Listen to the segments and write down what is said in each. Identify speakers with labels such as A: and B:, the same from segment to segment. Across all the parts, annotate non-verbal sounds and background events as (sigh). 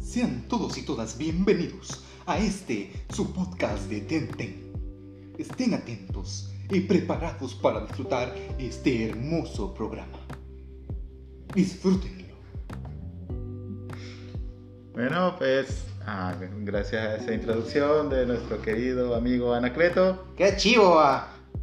A: Sean todos y todas bienvenidos a este su podcast de Tenten. Estén atentos y preparados para disfrutar este hermoso programa. Disfrútenlo.
B: Bueno, pues ah, gracias a esa introducción de nuestro querido amigo Anacleto,
A: ¡Qué chivo!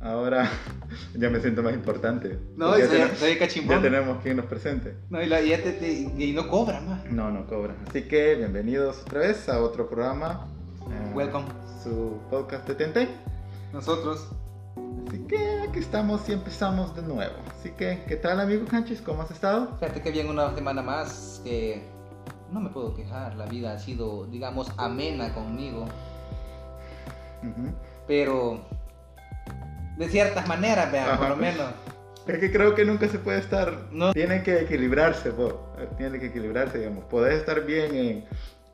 B: ahora (laughs) ya me siento más importante.
A: No,
B: Porque
A: y soy-
B: tenemos-
A: soy cachimbón.
B: Ya tenemos quien nos presente.
A: No, y, la- y ya te- te- y no cobra más.
B: No, no cobra. Así que bienvenidos otra vez a otro programa. eh,
A: Welcome.
B: Su podcast de Tente.
A: Nosotros.
B: Así que aquí estamos y empezamos de nuevo. Así que, ¿qué tal amigo Canchis? ¿Cómo has estado?
C: Fíjate que bien una semana más que no me puedo quejar, la vida ha sido, digamos, amena conmigo,
B: Ujú.
C: pero de ciertas maneras, vea, por
B: Ajá.
C: lo menos.
B: Es que creo que nunca se puede estar.
C: No.
B: Tiene que equilibrarse, po. Tiene que equilibrarse, digamos. Podés estar bien en,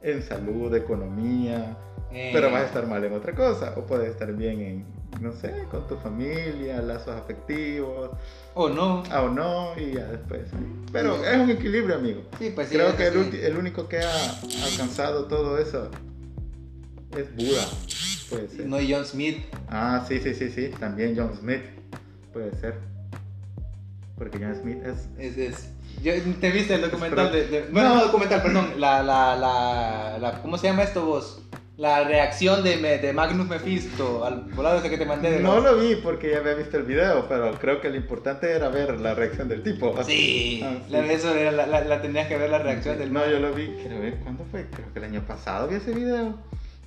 B: en salud, economía,
C: eh,
B: pero vas a estar mal en otra cosa. O puedes estar bien en, no sé, con tu familia, lazos afectivos,
C: O no.
B: ah, o no, y ya después. ahí. Pero es un equilibrio, amigo.
C: Sí, pues sí,
B: creo
C: eso
B: que el,
C: sí.
B: ulti- el único que ha alcanzado todo eso es Buda. Puede ser.
C: No John Smith.
B: Ah, sí, sí, sí, sí. También John Smith. Puede ser. Porque John Smith es.
C: Es, es- yo- ¿Te viste el documental de,
B: Pero-
C: de- Bueno, no documental, perdón. La, la, la, la- ¿Cómo se llama esto vos? La reacción de, me- de Magnus Mephisto al volado ese que te mandé. de
B: No
C: los-
B: lo vi porque ya había visto el video, pero creo que lo importante era ver la reacción del tipo.
C: Sí.
B: Ah,
C: La, eso era la, la- la tenías que ver la reacción del
B: No, yo lo vi. Quiero ver cuándo fue. Creo que el año pasado vi ese video.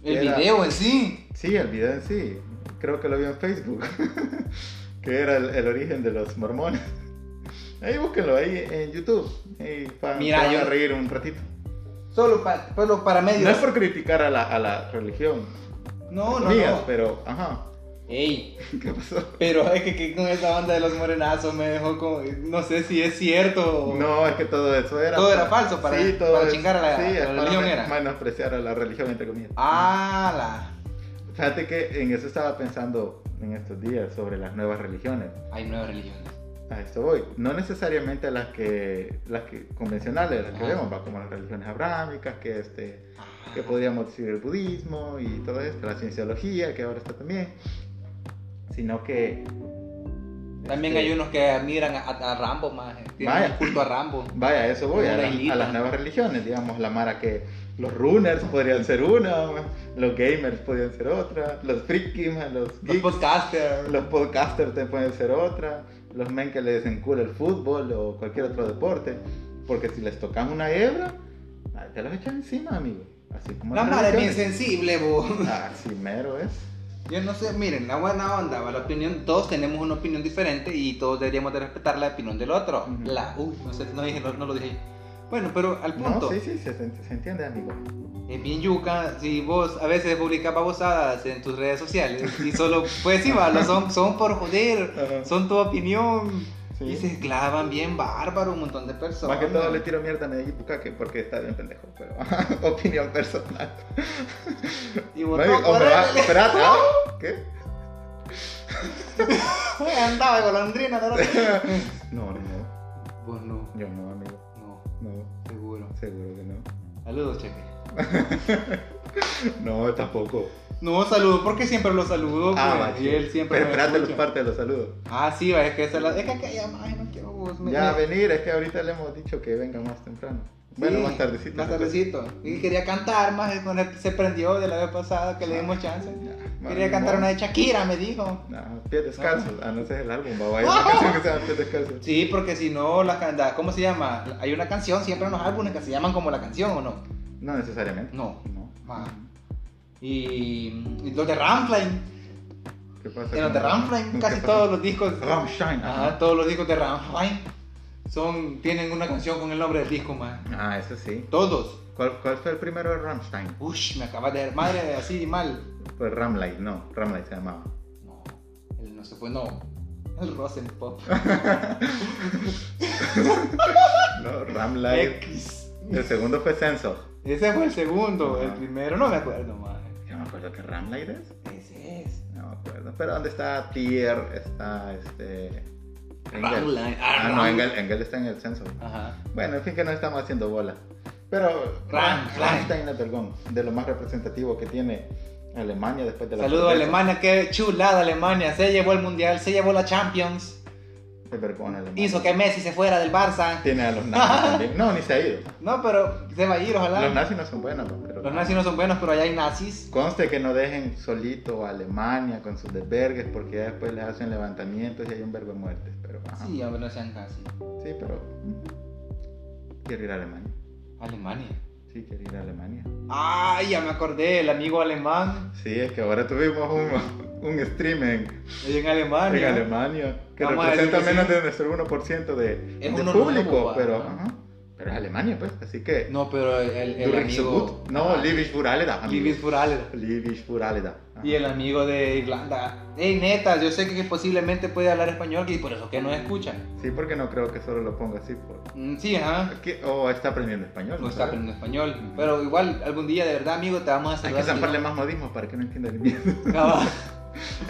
C: El
B: Era-
C: video en sí.
B: Sí, el video en sí. Creo que lo vi en Facebook. (laughs) que era el, el origen de los mormones. Ahí búsquenlo, ahí en YouTube. Ahí pa-
C: Mira,
B: se van
C: yo-
B: a reír un ratito.
C: Solo, pa- solo para medios.
B: No es por criticar a la, a la religión.
C: No, no,
B: mías,
C: no.
B: pero. Ajá. (laughs)
C: Ey,
B: ¿Qué pasó?
C: pero es que, que con esa banda de los morenazos me dejó con... No sé si es cierto o...
B: No, es que todo eso era.
C: Todo era falso para- para chingar a la-
B: sí,
C: a la
B: es para
C: religión
B: men-
C: era. Ah.
B: Menospreciar a la religión, entre comillas.
C: ¡Hala!
B: Fíjate que en eso estaba pensando en estos días sobre las nuevas religiones.
C: Hay nuevas religiones.
B: A esto voy. No necesariamente las que, las que convencionales, las que
C: Ajá. Ah.
B: vemos, va, como las religiones abrámicas, que, este, que podríamos decir el budismo y todo esto, la cienciología, que ahora está también, sino que...
C: También
B: este,
C: hay unos que admiran a, a Rambo más. eh. Tienen
B: Vaya.
C: un culto
B: (laughs)
C: a Rambo.
B: Vaya, a eso voy, a,
C: Una
B: la-
C: islita.
B: a las nuevas religiones, digamos, la mara que los runners podrían ser una, los gamers podrían ser otra, los frikis, ma, los
C: Los
B: geeks,
C: podcasters.
B: los podcasters te pueden ser otra, los men que les dicen cool el fútbol o cualquier otro deporte, porque si les tocas una hebra, ahí te los echan encima, amigo. Así como
C: La
B: las
C: madre es bien
B: religiones.
C: sensible, bo.
B: Así mero
C: (laughs)
B: es.
C: Yo no sé, miren, la buena onda, va, la opinión, todos tenemos una opinión diferente y todos deberíamos de respetar la opinión del otro.
B: Ujú.
C: La, uy, no sé, no, dije, no, no lo dije. Bueno, pero al
B: No,
C: punto.
B: sí, sí, se, se- se entiende, amigo.
C: Es bien yuca, si vos a veces publicas babosadas en tus redes sociales y solo, pues sí, va, lo son, son por joder,
B: Ajá.
C: son tu opinión
B: Sí.
C: y se clavan bien bárbaro un montón de personas.
B: Más que todo le tiro mierda a Medellín Bucaque porque está bien pendejo, pero (laughs) opinión personal.
C: Y
B: No,
C: vos, no,
B: hombre, va,
C: (laughs) correle.
B: espérate, ¿ah? ¿qué?
C: andaba de golondrina, no,
B: No, no,
C: Vos no,
B: yo no, amigo,
C: no,
B: no,
C: seguro.
B: seguro que no.
C: Saludos, Chepe.
B: No, tampoco.
C: No, saludo, porque siempre lo saludo,
B: Ah,
C: pues,
B: va,
C: y él siempre
B: Pero
C: me
B: espérate los
C: escucha.
B: parte de los saludos.
C: Ah, sí, va, es que esa es la... Es que acá ya más, no quiero vos. me-
B: Ya,
C: me-
B: venir, es que ahorita le hemos dicho que venga más temprano. Bueno,
C: Sí,
B: más tardecito. Pues,
C: Más tardecito. Y quería cantar más, es cuando se prendió de la vez pasada que le dimos chance.
B: Ya,
C: Quería
B: no,
C: cantar una de Shakira, me dijo.
B: No, pies descalzos. Ah, no, ese es el álbum, va, vaya. Una canción que se llama Pies descalzos.
C: Sí, porque si no, la can- la- ¿cómo se llama? Hay una canción siempre en los álbumes que se llaman como la canción o no.
B: No necesariamente.
C: No.
B: No.
C: Ah. Y, y los de Rammstein.
B: ¿Qué pasa?
C: En los de
B: con-
C: Rammstein
B: ¿Qué
C: casi
B: pasa?
C: todos los discos.
B: Rammstein.
C: Ajá,
B: ajá.
C: todos los discos de Rammstein son, tienen una canción con el nombre del disco, más.
B: Ah, eso sí.
C: Todos.
B: ¿Cuál, cuál fue el primero de Rammstein?
C: Ush, me acabas de... Madre, así mal.
B: Pues Ramlay, no, Ramlay se llamaba.
C: No, el no se fue, no. El Rosenpop.
B: No,
C: Eh,
B: Ramlay.
C: X.
B: El segundo fue Censo.
C: Ese fue el segundo,
B: Ajá.
C: el primero no me acuerdo, madre.
B: Yo me acuerdo que Ramlay es.
C: Ese es.
B: No me acuerdo. Pero ¿dónde está Tier? Está este. Engel.
C: Ramlay, ah,
B: Ah, no,
C: Ramlay.
B: Engel, Engel está en el censo.
C: Ajá.
B: Bueno, en fin, que no estamos haciendo bola. Pero
C: Ran-
B: Rammstein es perdón, de lo más representativo que tiene Alemania después de la
C: Saludos a
B: protesta.
C: Alemania, qué chulada Alemania. Se llevó el mundial, se llevó la Champions.
B: Es vergüenza Alemania.
C: Hizo que Messi se fuera del Barça.
B: Tiene a los nazis también. No, ni se ha ido.
C: No, pero se va a ir, ojalá.
B: Los nazis no son buenos. Pero...
C: Los nazis no son buenos, pero allá hay nazis.
B: Conste que no dejen solito a Alemania con sus desvergues porque ya después les hacen levantamientos y hay un verbo de muertes. Pero, ajá.
C: Sí, hombre, no sean casi.
B: Sí, pero. mm, Quiero ir a Alemania.
C: Alemania.
B: Sí, quiero ir a Alemania.
C: Ay, ya me acordé, el amigo alemán.
B: Sí, es que ahora tuvimos un, (laughs) un stream en,
C: Allá en Alemania.
B: en Alemania que
C: Vamos a
B: representa
C: decir que
B: menos
C: sí.
B: de nuestro 1% de,
C: Es
B: de
C: un
B: público,
C: orgullo,
B: pero,
C: ¿no?
B: ajá. pero es Alemania, pues, así que.
C: No, pero el, el
B: Durek so
C: amigo.
B: gut. No, Liebig Furaleda.
C: Liebig Furaleda.
B: Liebig Furaleda. Ajá.
C: Y el amigo de Irlanda. Ey, neta, yo sé que posiblemente puede hablar español y por eso que no escucha.
B: Sí, porque no creo que solo lo ponga así. Por...
C: Mm, Sí, ajá.
B: Aquí- O está aprendiendo español.
C: No está
B: sabes?
C: aprendiendo español. Pero igual, algún día, de verdad, amigo, te vamos a
B: Hay
C: saludar.
B: que zamparle más modismos para que no entienda el miedo. (laughs)
C: Cabal.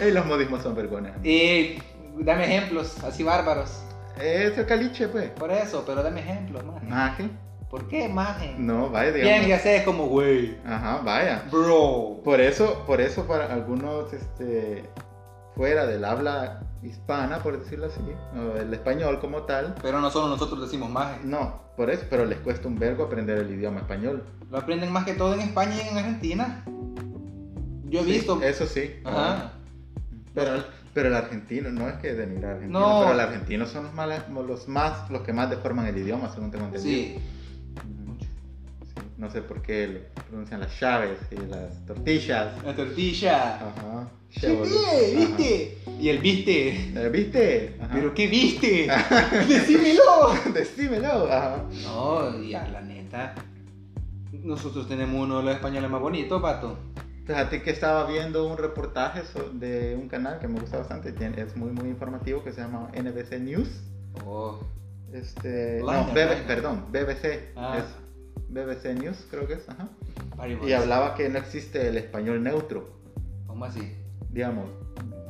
B: Ey, los modismos son vergones.
C: (laughs) Y dame ejemplos, así bárbaros.
B: Eso es caliche, pues.
C: Por eso, pero dame ejemplos, maje.
B: Maje.
C: ¿Por qué, maje?
B: No, vaya,
C: Bien,
B: digamos.
C: ya sé, es como, güey.
B: Ajá, vaya.
C: Bro.
B: Por eso, por eso para algunos este, fuera del habla hispana, por decirlo así, o el español como tal,
C: Pero no solo nosotros decimos maje.
B: no, por eso, pero les cuesta un vergo aprender el idioma español.
C: Lo aprenden más que todo en España y en Argentina. Yo he
B: Sí,
C: visto.
B: Eso sí.
C: Ajá.
B: Pero, pero el argentino, no es que denigrar al argentino,
C: No.
B: pero el argentino son los, malas- los más, los que más deforman el idioma, según tengo entendido.
C: Sí.
B: Ujú. Sí, No sé por qué le pronuncian las llaves y las tortillas.
C: La tortilla.
B: Ajá.
C: ¿Qué
B: Chévere.
C: viste?
B: Ajá.
C: ¿Viste? Ah. Y el viste.
B: Eh, ¿Viste? Ajá.
C: ¿Pero qué viste?
B: Ah.
C: (laughs) ¡Decímelo!
B: (laughs) Decímelo. Ajá.
C: No, y a la neta. Nosotros tenemos uno de los españoles más bonitos, pato.
B: Fíjate que estaba viendo un reportaje so- de un canal que me gusta bastante, tiene- es muy muy informativo, que se llama NBC News.
C: Oh.
B: Este,
C: Liner,
B: no, BB
C: liner.
B: perdón, BBC.
C: Ah.
B: Es BBC News, creo que es. Ajá.
C: Party
B: Y
C: boys.
B: hablaba que no existe el español neutro.
C: ¿Cómo así?
B: Digamos,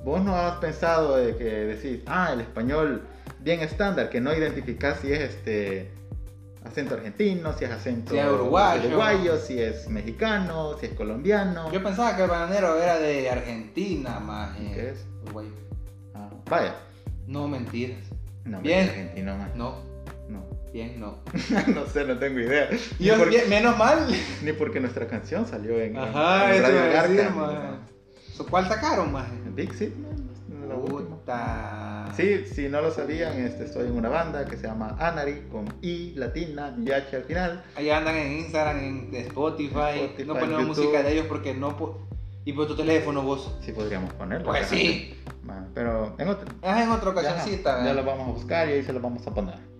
B: vos no has pensado de que decís, ah, el español bien estándar, que no identificás si es este acento argentino, si es acento
C: Si es uruguayo.
B: uruguayo, si es mexicano, si es colombiano.
C: Yo pensaba que el bananero era de Argentina, más. eh,
B: ¿Qué es?
C: Uruguay.
B: Ah, vaya.
C: No mentiras.
B: No,
C: Bien.
B: bien. argentino más. No. (laughs)
C: No, bien, no.
B: no sé, no tengo idea. Ni,
C: Yo,
B: por-
C: bien, menos mal.
B: ni porque nuestra canción salió en, en-
C: Ajá,
B: en
C: eso iba a
B: Radio Garca.
C: decir, maje. So, ¿Cuál sacaron, maje?
B: Big City, ¿no? La última.
C: Puta.
B: Sí, si no lo sabían, este, estoy en una banda que se llama Anari, con I latina y H al final.
C: Ahí andan en Instagram, en Spotify.
B: Spotify,
C: no ponemos
B: YouTube.
C: música de ellos porque no. po- y por tu teléfono vos.
B: Sí podríamos ponerlo.
C: Pues
B: ¿verdad?
C: sí. Ah,
B: Ma, Pero en otra.
C: Es en otra
B: Ya,
C: ocasioncita.
B: ya
C: ¿eh?
B: lo vamos a buscar y ahí se lo vamos a poner.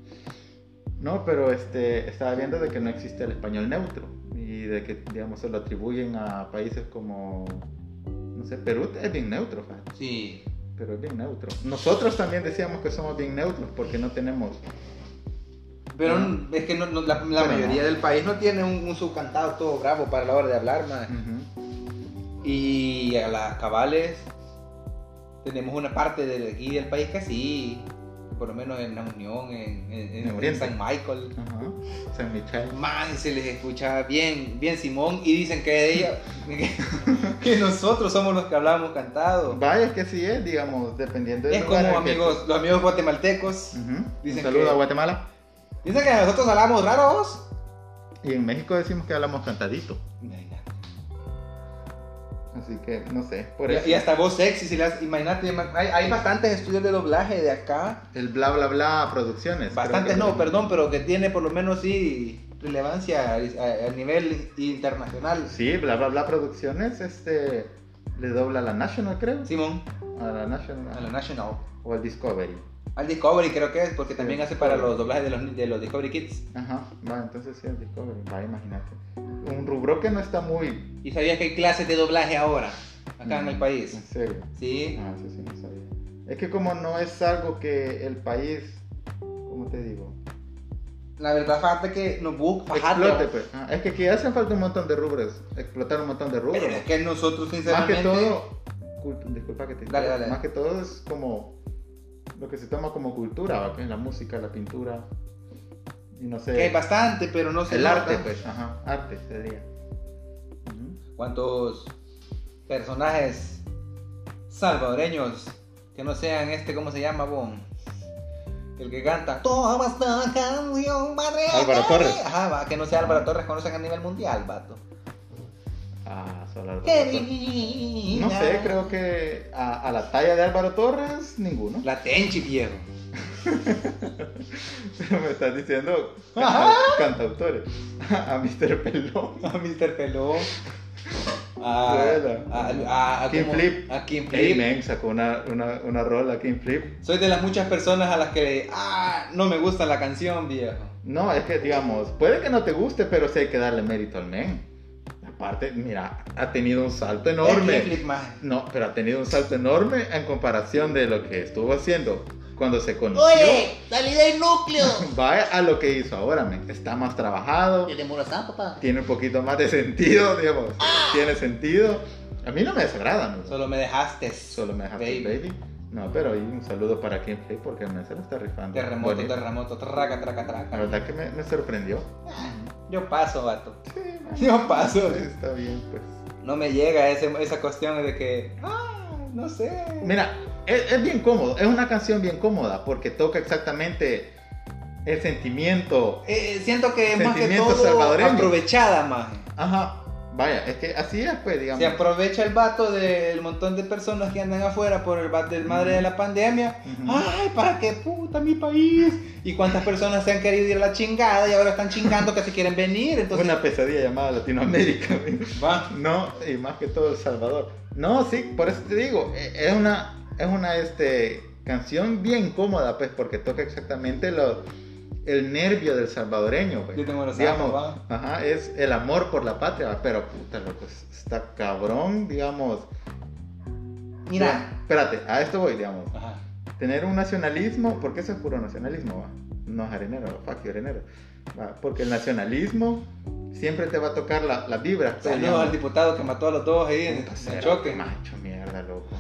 B: No, pero este, estaba viendo de que no existe el español neutro y de que, digamos, se lo atribuyen a países como, no sé, Perú es bien neutro, fa,
C: Sí.
B: pero es bien neutro. Nosotros también decíamos que somos bien neutros porque no tenemos
C: Pero
B: Mm.
C: es que no- no- la, la
B: Pero
C: mayoría
B: no.
C: del país no tiene un, un subcantado todo bravo para la hora de hablar, más.
B: ujú,
C: Y a las cabales tenemos una parte de aquí del país que sí, por lo menos en la Unión, en, en- en-
B: En Oriente.
C: en San Michael.
B: ajá, San Michel.
C: Más se les escucha bien, bien Simón, y dicen que de ella- (laughs) que nosotros somos los que hablamos cantado.
B: Vaya que sí es, digamos, dependiendo del
C: Es
B: lugar
C: como
B: al que-
C: amigos, los amigos guatemaltecos.
B: Ujú,
C: Dicen
B: Un saludo
C: que-
B: a Guatemala.
C: Dicen que nosotros hablamos raros.
B: Y en México decimos que hablamos cantadito.
C: Imagínate.
B: Así que, no sé, por eso.
C: Y, y hasta voz sexy, si las, imagínate, hay, hay bastantes estudios de doblaje de acá.
B: El bla bla bla producciones.
C: Bastantes
B: creo que-
C: no, perdón, pero que tiene por lo menos sí relevancia a, a- a nivel internacional.
B: Sí, bla bla bla producciones, este. Le dobla a la National, creo.
C: Simón,
B: A la National.
C: a la National.
B: O al Discovery.
C: Al Discovery creo que es, porque también
B: Sí,
C: hace para
B: Discovery.
C: los doblajes de los, de los Discovery Kids.
B: Ajá, va, entonces sí, al Discovery. Va, imagínate. Un rubro que no está muy.
C: ¿Y sabías que hay clases de doblaje ahora, acá en el
B: En
C: país?
B: serio.
C: Sí.
B: Ah, eso sí, no sabía. Es que como no es algo que el país. ¿Cómo te digo?
C: La verdad, falta que nos busca.
B: Explote, pues. Ah, es que aquí hacen falta un montón de rubros. Explotar un montón de rubros.
C: Pero es que nosotros,
B: pues. más que
C: sinceramente.
B: todo, cult- disculpa que te
C: Dale, dale.
B: más que todo es como lo que se toma como cultura, ¿va? que es la música, la pintura, Y no
C: Que hay
B: sé.
C: bastante, pero no se
B: eh, El
C: nota.
B: arte, pues. Ajá, arte sería. Ujú.
C: ¿Cuántos personajes salvadoreños que no sean este, ¿cómo se llama, bon? El que canta Toda esta canción, madre.
B: Álvaro Torres.
C: Ajá, va, que no sea Álvaro Torres, conocen a nivel mundial, vato.
B: Ah, solo Álvaro
C: Qué
B: Torres.
C: divina.
B: No sé, creo que a, a la talla de Álvaro Torres, ninguno. (laughs)
C: La Tenchi, viejo.
B: Pero me estás
C: (laughs)
B: diciendo
C: Ajá.
B: canta- cantautores. (laughs) A Mr. Pelón.
C: (laughs) A Mr. Pelón. A,
B: Buena.
C: a, a, a-
B: King
C: como-
B: Flip.
C: A King Flip.
B: Hey, men, sacó una, una, una rola King Flip.
C: Soy de las muchas personas a las que ah, no me gusta la canción, viejo.
B: No, es que digamos, puede que no te guste, pero sí hay que darle mérito al men. Aparte, mira, ha tenido un salto enorme.
C: Es King Flip, más.
B: No, pero ha tenido un salto enorme en comparación de lo que estuvo haciendo cuando se conoció.
D: Oye, salí del núcleo.
B: (laughs) Vaya a lo que hizo ahora, men. Está más trabajado.
D: Yo te morazán, papá.
B: tiene un poquito más de sentido, digamos.
D: Ah.
B: Tiene sentido. A mí no me desagrada, ¿no? Solo,
C: Solo me dejaste.
B: me dejaste baby. No, pero ahí un saludo para Kim Play porque me se lo está rifando.
C: Terremoto,
B: Bonito.
C: terremoto, traca, traca,
B: La
C: traca.
B: verdad que me, me sorprendió.
C: Yo paso, vato.
B: Sí, man.
C: Yo paso.
B: (laughs) Está bien, pues.
C: No me llega ese- esa cuestión de que, ah, no sé.
B: Mira, es, es bien cómodo. Es una canción bien cómoda porque toca exactamente el sentimiento.
C: Eh, siento que es más que
B: Sentimiento
C: todo
B: salvadoreño.
C: aprovechada, más.
B: Ajá. Vaya, es que así es, pues, digamos.
C: Se aprovecha el vato del montón de personas que andan afuera por el va- del madre de la pandemia.
B: Ujú.
C: Ay, para qué puta mi país. Y cuántas personas se han querido ir a la chingada y ahora están chingando que se quieren venir. Entonces,
B: Una pesadilla llamada Latinoamérica. (laughs) men.
C: va.
B: No, y más que todo El Salvador. No, sí, por eso te digo, e- es una, es una este, canción bien cómoda, pues, porque toca exactamente lo, el nervio del salvadoreño, pues.
C: Yo tengo los
B: digamos,
C: zapatos,
B: ajá, es el amor por la patria, va, pero puta, loco, es- está cabrón, digamos.
C: Mira.
B: Bien, Espérate, a esto voy, digamos.
C: Ajá.
B: Tener un nacionalismo, porque eso es puro nacionalismo, va. No es arenero, fuck you, arenero. va, porque el nacionalismo siempre te va a tocar la, la vibra. pues,
C: Saludos
B: digamos.
C: al diputado que mató a los dos ahí en
B: Puta,
C: el
B: será
C: choque.
B: Macho, mierda, loco.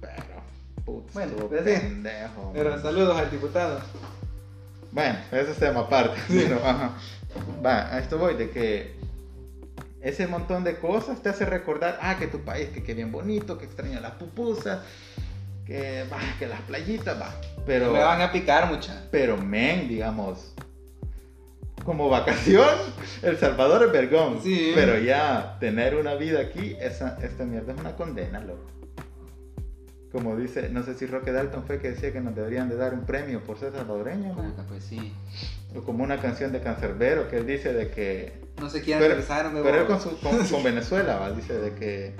B: Pero, puto,
C: Bueno,
B: estuvo
C: pero sí.
B: pendejo.
C: Pero saludos al diputado.
B: Bueno, eso es tema aparte. (laughs) pero, ajá. Va, a esto voy, de que ese montón de cosas te hace recordar, ah, que tu país, que, que bien bonito, que extraña las pupusas, que, bah, que las playitas, va. Pero,
C: Me van a picar mucha.
B: pero, men, digamos, como vacación, (laughs) El Salvador es vergón.
C: Sí.
B: Pero ya, tener una vida aquí, esa, esta mierda es una condena, loco. Como dice, no sé si Roque Dalton fue que decía que nos deberían de dar un premio por ser salvadoreños. ¿no?
C: Pues sí.
B: O como una canción de Cancerbero que él dice de que...
C: Ah, No sé quién
B: Pero-
C: regresaron de
B: Pero él con,
C: vos.
B: su-
C: (laughs)
B: con- con Venezuela, ¿va? dice de que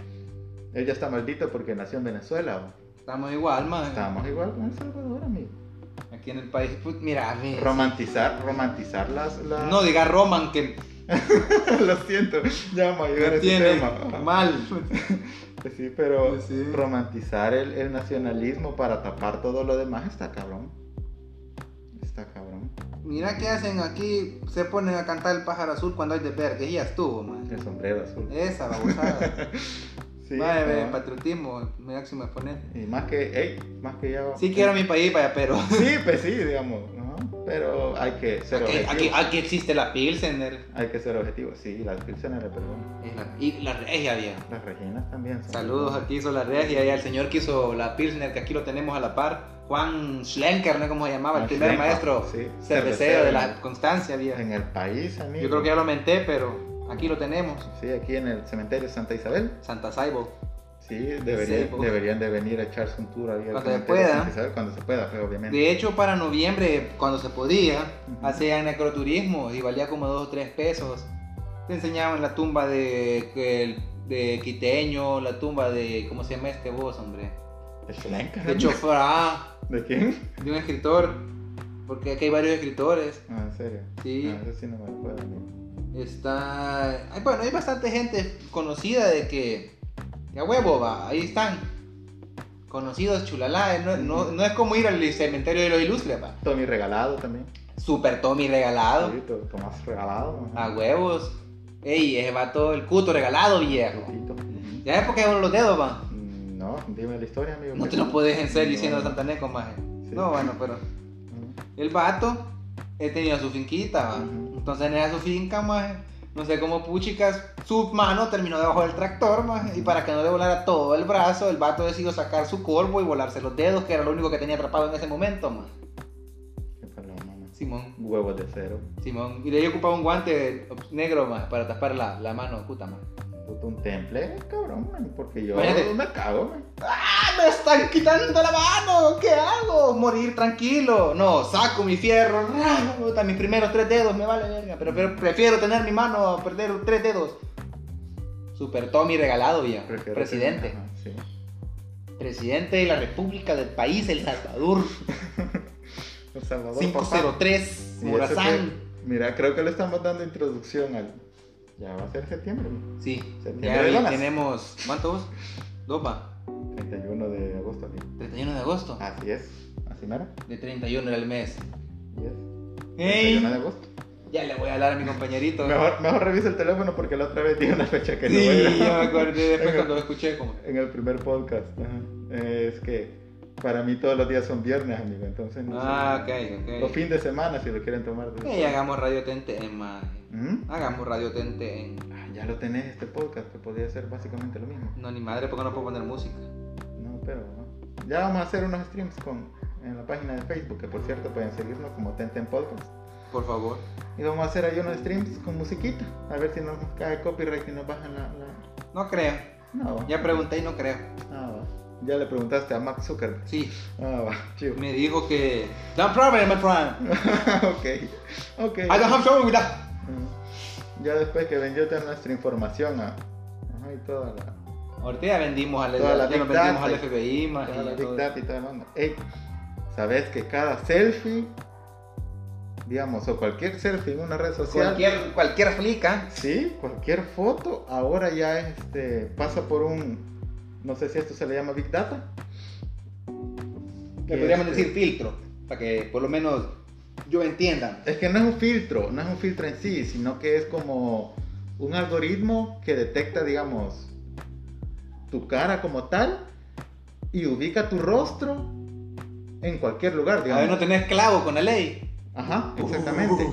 B: él ya está maldito porque nació en Venezuela. ¿va?
C: Estamos igual, man.
B: Estábamos igual con El Salvador, amigo.
C: Aquí en el país. Put- Mira, a mí-
B: Romantizar, romantizar las... las-
C: No diga Roman que
B: (laughs) Lo siento, ya vamos a llegar a
C: me
B: ese
C: tiene
B: tema.
C: mal.
B: Pues Sí, pero
C: Pues sí.
B: romantizar el, el nacionalismo para tapar todo lo demás está cabrón. Está cabrón.
C: Mira qué hacen aquí. Se ponen a cantar el pájaro azul cuando hay desvergue. Y ya estuvo, man.
B: El sombrero azul.
C: Esa babosada.
B: (laughs) Sí,
C: Vale,
B: está-
C: patriotismo, máximo exponente.
B: Y más que, ey, más que ya.
C: Sí quiero mi país, vaya, pero.
B: Sí, pues sí, digamos. ¿no? Pero hay que ser
C: (laughs) Aquí,
B: objetivos.
C: aquí- aquí existe la Pilsener.
B: Hay que ser objetivos. Sí, las pilseneras, perdón.
C: Es la- y la regia, vieja.
B: Las reginas también. son-
C: Saludos al que hizo la regia y al señor que hizo la Pilsner, que aquí lo tenemos a la par. Juan Schlenker, no sé cómo se llamaba, el
B: Juan
C: primer
B: Schlenker,
C: maestro
B: sí.
C: cervecero de
B: Cervecero.
C: la Constancia, vieja.
B: En el país, amigo.
C: Yo creo que ya lo menté, pero aquí lo tenemos.
B: Sí, aquí en el cementerio Santa Isabel.
C: Santa Saibo.
B: Sí, deberían,
C: po.
B: deberían de venir a echarse un tour ahí al
C: Cuando se
B: cementerio
C: pueda.
B: Santa Isabel, cuando se pueda, pues, obviamente.
C: De hecho, para noviembre, cuando se podía,
B: Ujú.
C: hacían necroturismo y valía como 2 o 3 pesos. Te enseñaban la tumba de, el- de Quiteño, la tumba de. ¿Cómo se llama este vos, hombre?
B: ¿De Sri Lanka?
C: De Chofra,
B: (laughs)
C: ah,
B: ¿De quién?
C: de un escritor. Porque aquí hay varios escritores.
B: Ah, en serio.
C: Sí.
B: Ah, eso sí no me acuerdo. amigo.
C: Está. ay, Bueno, hay bastante gente conocida de que. que a huevo, va, ahí están. Conocidos, chulalá. eh, No, no- no es como ir al cementerio de los ilustres, va.
B: Tommy regalado también.
C: Super Tommy regalado.
B: Sí, to- Tomás regalado.
C: A huevos. Ey, ese vato, el cuto regalado, viejo.
B: Poquito.
C: Ya ves por qué abro los dedos, va.
B: Mm, No, dime la historia, amigo.
C: No
B: pues.
C: te lo puedes en serio
B: No,
C: diciendo
B: no.
C: Santaneco, maje.
B: Sí.
C: No, bueno, pero.
B: Mm.
C: El vato él tenía su finquita, va.
B: Ujú.
C: Entonces en esa su finca, maje, no sé cómo puchicas, su mano terminó debajo del tractor, maje, y para que no le volara todo el brazo, el vato decidió sacar su corvo y volarse los dedos, que era lo único que tenía atrapado en ese momento, maje.
B: Qué paloma, man.
C: Simón,
B: Huevos de cero.
C: Simón. Y de ahí ocupaba un guante negro, maje, para tapar la, la mano, puta, maje.
B: Puto un temple, cabrón, man, porque yo
C: Imagínate.
B: me cago, man.
C: ¡Ah, me están quitando la mano! ¿Qué hago? Morir tranquilo. No, saco mi fierro. ¡ah! puta, mis primeros tres dedos me vale verga. Pero, pero prefiero tener mi mano a perder tres dedos. Super Tommy regalado ya.
B: Prefiero
C: Presidente.
B: que- Ajá, sí.
C: Presidente de la República del País El Salvador.
B: El Salvador, papá.
C: 503.
B: Sí, ese
C: Morazán.
B: fue- Mira, creo que le estamos dando introducción al. Ya va a ser septiembre, man.
C: Sí.
B: Septiembre
C: Ya
B: de donas.
C: tenemos. ¿Cuántos? Dos va.
B: 31 de agosto, sí.
C: 31 de agosto.
B: Así es. Así mero.
C: De 31 era el mes.
B: Yes.
C: Ey.
B: 31 de agosto.
C: Ya le voy a hablar a
B: (laughs)
C: mi compañerito.
B: Mejor, mejor revisa el teléfono porque la otra vez tiene una fecha que no
C: sí,
B: era.
C: ya me acordé después
B: Venga.
C: cuando lo escuché como.
B: (laughs) En el primer podcast. ajá. Eh, es que para mí todos los días son viernes, amigo. Entonces, no sé.
C: Ah, ok,
B: Los
C: ok.
B: fines de semana, si lo quieren tomar.
C: Ey, hagamos Radio Tente en maje.
B: ¿Mm?
C: Hagamos Radio Tente en.
B: Ah, ya lo tenés este podcast, que podría ser básicamente lo mismo.
C: No, ni madre, porque no puedo poner música.
B: No, pero ¿no? Ya vamos a hacer unos streams con, en la página de Facebook, que por cierto pueden seguirnos como Tenten Podcast.
C: Por favor.
B: Y vamos a hacer ahí unos streams con musiquita, a ver si no nos cae copyright y nos bajan la... la-
C: No creo.
B: No,
C: Ya pregunté y no creo.
B: Ah, va. Ya le preguntaste a Max Zuckerberg.
C: Sí.
B: Ah, va, (laughs) chido.
C: Me dijo que. No problem, my friend.
B: ok, ok.
C: I don't have trouble with that.
B: Mm. Ya después que vendió toda nuestra información a... Ajá, y toda la...
C: Ahorita ya vendimos al,
B: Toda la
C: ya nos
B: Big
C: vendimos
B: Data.
C: al FBI, maje,
B: Toda la
C: y
B: Big
C: todo.
B: Data y toda la onda. Ey, ¿sabes que cada selfie, digamos, o cualquier selfie en una red social,
C: Cualquier, cualquier flica.
B: sí, cualquier foto, ahora ya este, pasa por un, no sé si esto se le llama Big Data.
C: Le
B: Que
C: podríamos
B: este-
C: decir filtro. Para que por lo menos yo entienda.
B: Es que no es un filtro, no es un filtro en sí, sino que es como un algoritmo que detecta, digamos, tu cara como tal y ubica tu rostro en cualquier lugar,
C: A
B: digamos.
C: ver, no tenés clavo con la ley.
B: Ajá,
C: (laughs)
B: exactamente.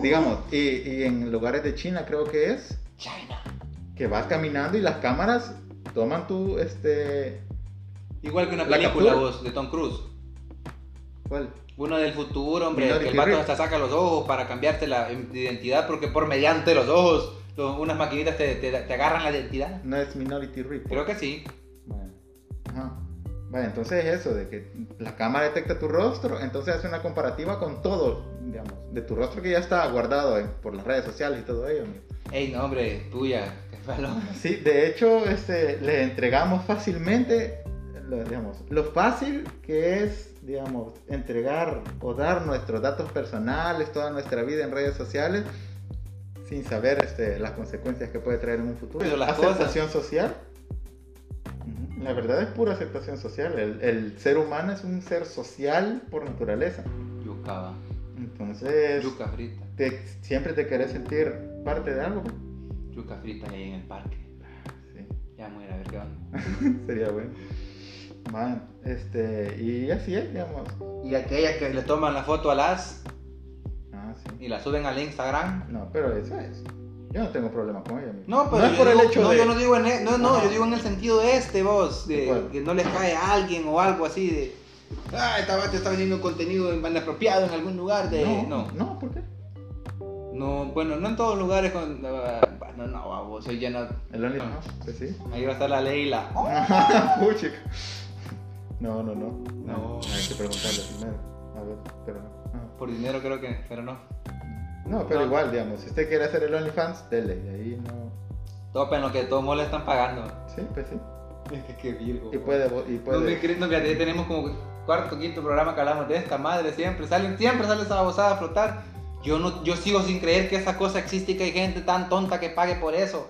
B: Digamos, y, y en lugares de China creo que es
C: China.
B: que vas caminando y las cámaras toman tu, este,
C: Igual que una
B: La
C: película
B: captura.
C: vos, de Tom Cruise.
B: ¿cuál?
C: Uno del futuro, hombre,
B: Minority
C: que el vato
B: Report.
C: hasta saca los ojos para cambiarte la em, identidad, porque por mediante los ojos, lo- unas maquinitas te, te- te agarran la identidad.
B: No es Minority Report.
C: Creo que sí.
B: Bueno, ajá. Bueno, entonces eso, de que la cámara detecta tu rostro, entonces hace una comparativa con todo, digamos, de tu rostro que ya está guardado en- por las redes sociales y todo ello. amigo.
C: Ey, no, hombre, tuya, qué balón.
B: Sí, de hecho, este, le entregamos fácilmente, lo, digamos, lo fácil que es, digamos, entregar o dar nuestros datos personales, toda nuestra vida en redes sociales, sin saber este, las consecuencias que puede traer en un futuro.
C: Pero las
B: aceptación social. Ujú. La verdad es pura aceptación social. El, el ser humano es un ser social por naturaleza.
C: (laughs) Yuca, va.
B: Entonces,
C: Yuca frita.
B: te- siempre te querés sentir parte de algo.
C: Yuca frita ahí en el parque.
B: Sí.
C: Ya me voy a ir a ver qué onda.
B: Sería bueno. Man, este, y así es, digamos.
C: Y aquellas que le toman la foto a las
B: Ah, sí.
C: y la suben al Instagram.
B: No, pero eso es. Yo no tengo problema con ella.
C: No, pero
B: es
C: yo
B: por
C: digo-
B: el hecho
C: no,
B: de.
C: yo no digo en e- no, no,
B: Ajá.
C: yo digo en el sentido de este vos, de
B: ¿De cuál?
C: que no les cae a alguien o algo así de ah, esta vato está vendiendo contenido inapropiado en algún lugar de no.
B: no, ¿por qué?
C: No, bueno, no en todos lugares con ah, bueno, no, vos, soy lleno.
B: El OnlyFans,
C: Ah.
B: pues sí. (laughs)
C: Ahí va a estar la ley y la
B: Puchica. No, no, no.
C: No.
B: Hay que preguntarle primero. A ver, pero no. Ajá.
C: por dinero creo que, pero no.
B: No, pero
C: No.
B: igual, digamos, si usted quiere hacer el OnlyFans, dele. Y ahí no.
C: Topen lo que todos le están pagando. (laughs)
B: Sí, pues sí.
C: Es que qué virgo.
B: Y pues puede. vo- Y
C: No me
B: puede...
C: creo, no, fíjate, ya tenemos como cuarto, quinto programa que hablamos de esta madre, siempre salen, siempre sale esa babosada a flotar. Yo no, yo sigo sin creer que esa cosa existe y que hay gente tan tonta que pague por eso.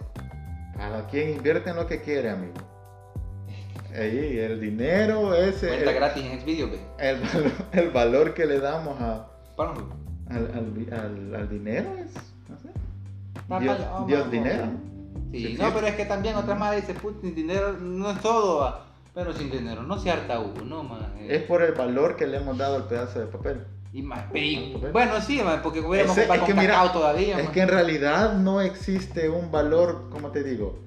B: Cada quien invierte en lo que quiere, amigo. Ahí, el dinero ese.
C: Cuenta
B: el-
C: gratis en Xvideo, ve.
B: el valor, (laughs) el valor que le damos a-
C: Pornhub.
B: al, al- al- al dinero es, no sé,
C: Papá,
B: Dios,
C: oh,
B: Dios
C: mamá.
B: dinero.
C: Sí,
B: Sí,
C: no,
B: sí.
C: pero es que también otra madre dice, "Put, sin dinero no es todo, va". pero sin dinero no se harta uno, man.
B: Eh. Es por el valor que le hemos dado al pedazo de papel.
C: Y, ma, y-
B: Bueno.
C: bueno, sí, ma, porque hubiéramos
B: Ese-
C: comprado
B: es
C: con
B: que mira,
C: cacao todavía.
B: Es
C: ma.
B: que en realidad no existe un valor, como te digo,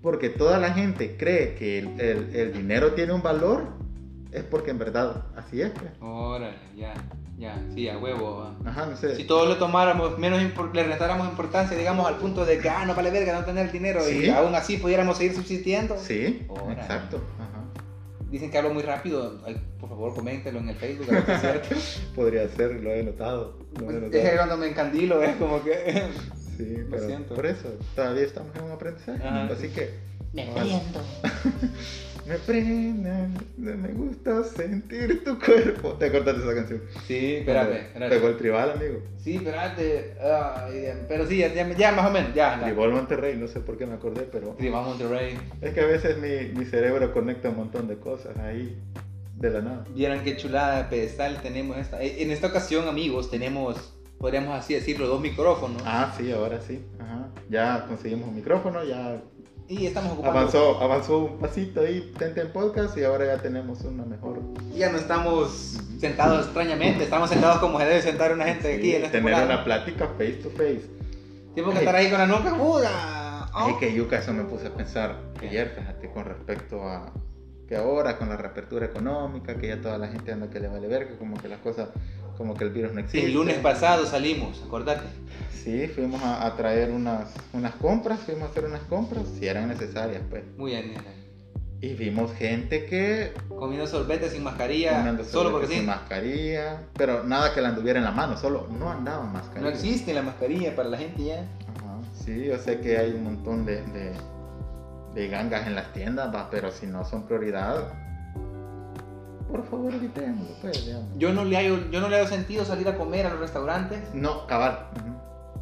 B: porque toda la gente cree que el, el- el dinero tiene un valor, es porque en verdad así es. pues.
C: Órale, ya, ya, sí, a huevo. va.
B: Ajá, no sé.
C: Si todos lo tomáramos, menos impor- le restáramos importancia, digamos, al punto de que, ah, no vale verga no tener dinero y
B: Sí.
C: aún así pudiéramos seguir subsistiendo.
B: Sí,
C: Órale.
B: exacto. ajá.
C: Dicen que hablo muy rápido, Ay, por favor, coméntelo en el Facebook. a ver si es (laughs) cierto.
B: Podría ser, lo he notado. Lo he
C: es
B: notado.
C: que cuando me encandilo, es como que.
B: Sí,
C: Lo
B: pero
C: siento. Ah,
B: por eso, todavía estamos en un aprendizaje.
C: Ajá.
B: así que
D: Me
B: Vale.
D: prendo.
B: (laughs) me prendan, no me gusta sentir tu cuerpo. ¿Te acuerdas de esa canción?
C: Sí, espérate, espérate.
B: Pegó el tribal, amigo.
C: Sí, espérate. Ay, pero sí, ya, ya- ya más o menos, ya. ya.
B: Tribal Monterrey, no sé por qué me acordé, pero
C: Tribal Monterrey.
B: es que a veces mi, mi cerebro conecta un montón de cosas ahí de la nada.
C: Vieran qué chulada de pedestal tenemos esta. eh, En esta ocasión, amigos, tenemos, podríamos así decirlo, dos micrófonos.
B: Ah, sí, ahora sí. Ajá. Ya conseguimos un micrófono, ya
C: Y estamos ocupando.
B: avanzó, avanzó un pasito ahí, Tente en Podcast, y ahora ya tenemos una mejor.
C: Ya no estamos sentados extrañamente, estamos sentados como se debe sentar una gente aquí
B: Sí,
C: en la
B: tener
C: temporada.
B: una plática face to face.
C: Tengo que estar ahí con la nuca muda. Ah.
B: Ay, que yuca, eso me puse a pensar ayer, fíjate, con respecto a que ahora con la reapertura económica, que ya toda la gente anda que le vale verga, como que las cosas, como que el virus no existe.
C: El lunes pasado salimos, acordate.
B: Sí, fuimos a, a traer unas, unas compras, fuimos a hacer unas compras, si eran necesarias, pues.
C: Muy bien, nena.
B: Y vimos gente que
C: Comiendo sorbete sin mascarilla,
B: andando
C: solo porque
B: sin
C: sí.
B: mascarilla, pero nada que la anduviera en la mano, solo no andaban mascarilla.
C: No existe la mascarilla para la gente ya.
B: Ajá, Sí, yo sé que hay un montón de, de, de gangas en las tiendas, va, pero si no son prioridad, por favor evitémoslo, pues, digamos.
C: Yo no le hago, yo no le hago sentido salir a comer a los restaurantes
B: No, cabal.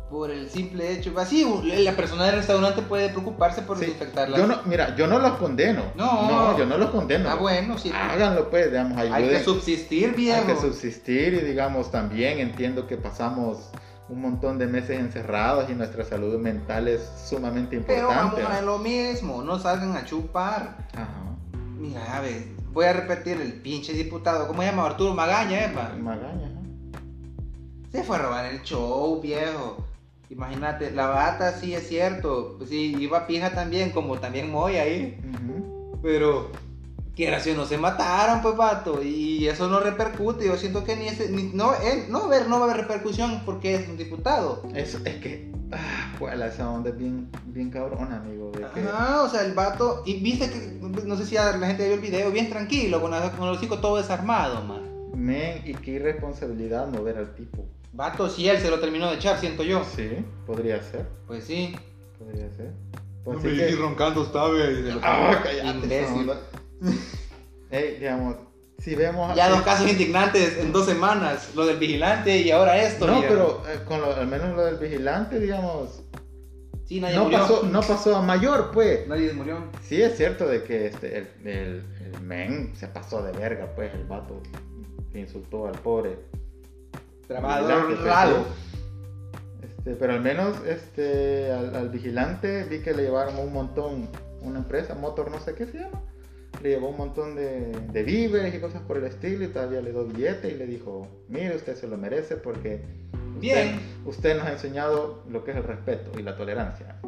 C: por el simple hecho. Así, la persona del restaurante puede preocuparse por
B: Sí,
C: desinfectar la.
B: Yo no, mira, yo no los condeno.
C: No.
B: yo no los condeno.
C: Ah, bueno, sí.
B: Háganlo, pues, digamos,
C: Hay que
B: ayuden.
C: subsistir, viejo.
B: Hay que subsistir y digamos también entiendo que pasamos un montón de meses encerrados y nuestra salud mental es sumamente
C: Pero vamos
B: importante.
C: a lo mismo, no salgan a chupar.
B: Ajá.
C: Mira, a ver, voy a repetir el pinche diputado, ¿cómo se llama? Arturo Magaña, eh, pa.
B: Magaña, ajá.
C: Se fue a robar el show, viejo. Imagínate, la bata sí es cierto. Pues sí, iba pija también, como también Moy ahí.
B: Ujú.
C: Pero, quiera si no se mataron, pues vato. Y eso no repercute. Yo siento que ni ese. ni- no, él, no, a ver, no va a haber repercusión porque es un diputado.
B: Eso es que. Ah, juela, esa onda es bien, bien cabrona, amigo. de que-
C: Ajá, o sea, el vato. Y viste que. No sé si a la gente vio el video, bien tranquilo, con, la- con el hocico todo desarmado, man.
B: Men, y qué irresponsabilidad mover al tipo.
C: Vato, si él se lo terminó de echar, siento yo.
B: Sí, podría ser.
C: Pues sí,
B: Podría ser.
A: No
B: Así
A: me
B: que-
A: y roncando, ¿sabes?
B: Ah, cállate,
C: Imbécil.
B: esa onda. Ey, digamos, si vemos. eh,
C: Ya dos casos indignantes en dos semanas, lo del vigilante y ahora esto.
B: No,
C: mira.
B: pero eh, con lo- al menos lo del vigilante, digamos,
C: Sí, nadie
B: no
C: murió.
B: pasó, no pasó a mayor, pues.
C: Nadie murió.
B: Sí es cierto de que este, el, el- el men se pasó de verga, pues, el vato que insultó al pobre. vigilante,
C: Trabajador
B: pues,
C: raro.
B: sí. Este, pero al menos este, al, al vigilante vi que le llevaron un montón, una empresa, motor no sé qué se llama, le llevó un montón de, de víveres y cosas por el estilo y todavía le dio billete y le dijo, mire, usted se lo merece porque usted-
C: Bien.
B: usted nos ha enseñado lo que es el respeto y la tolerancia.
C: Ah.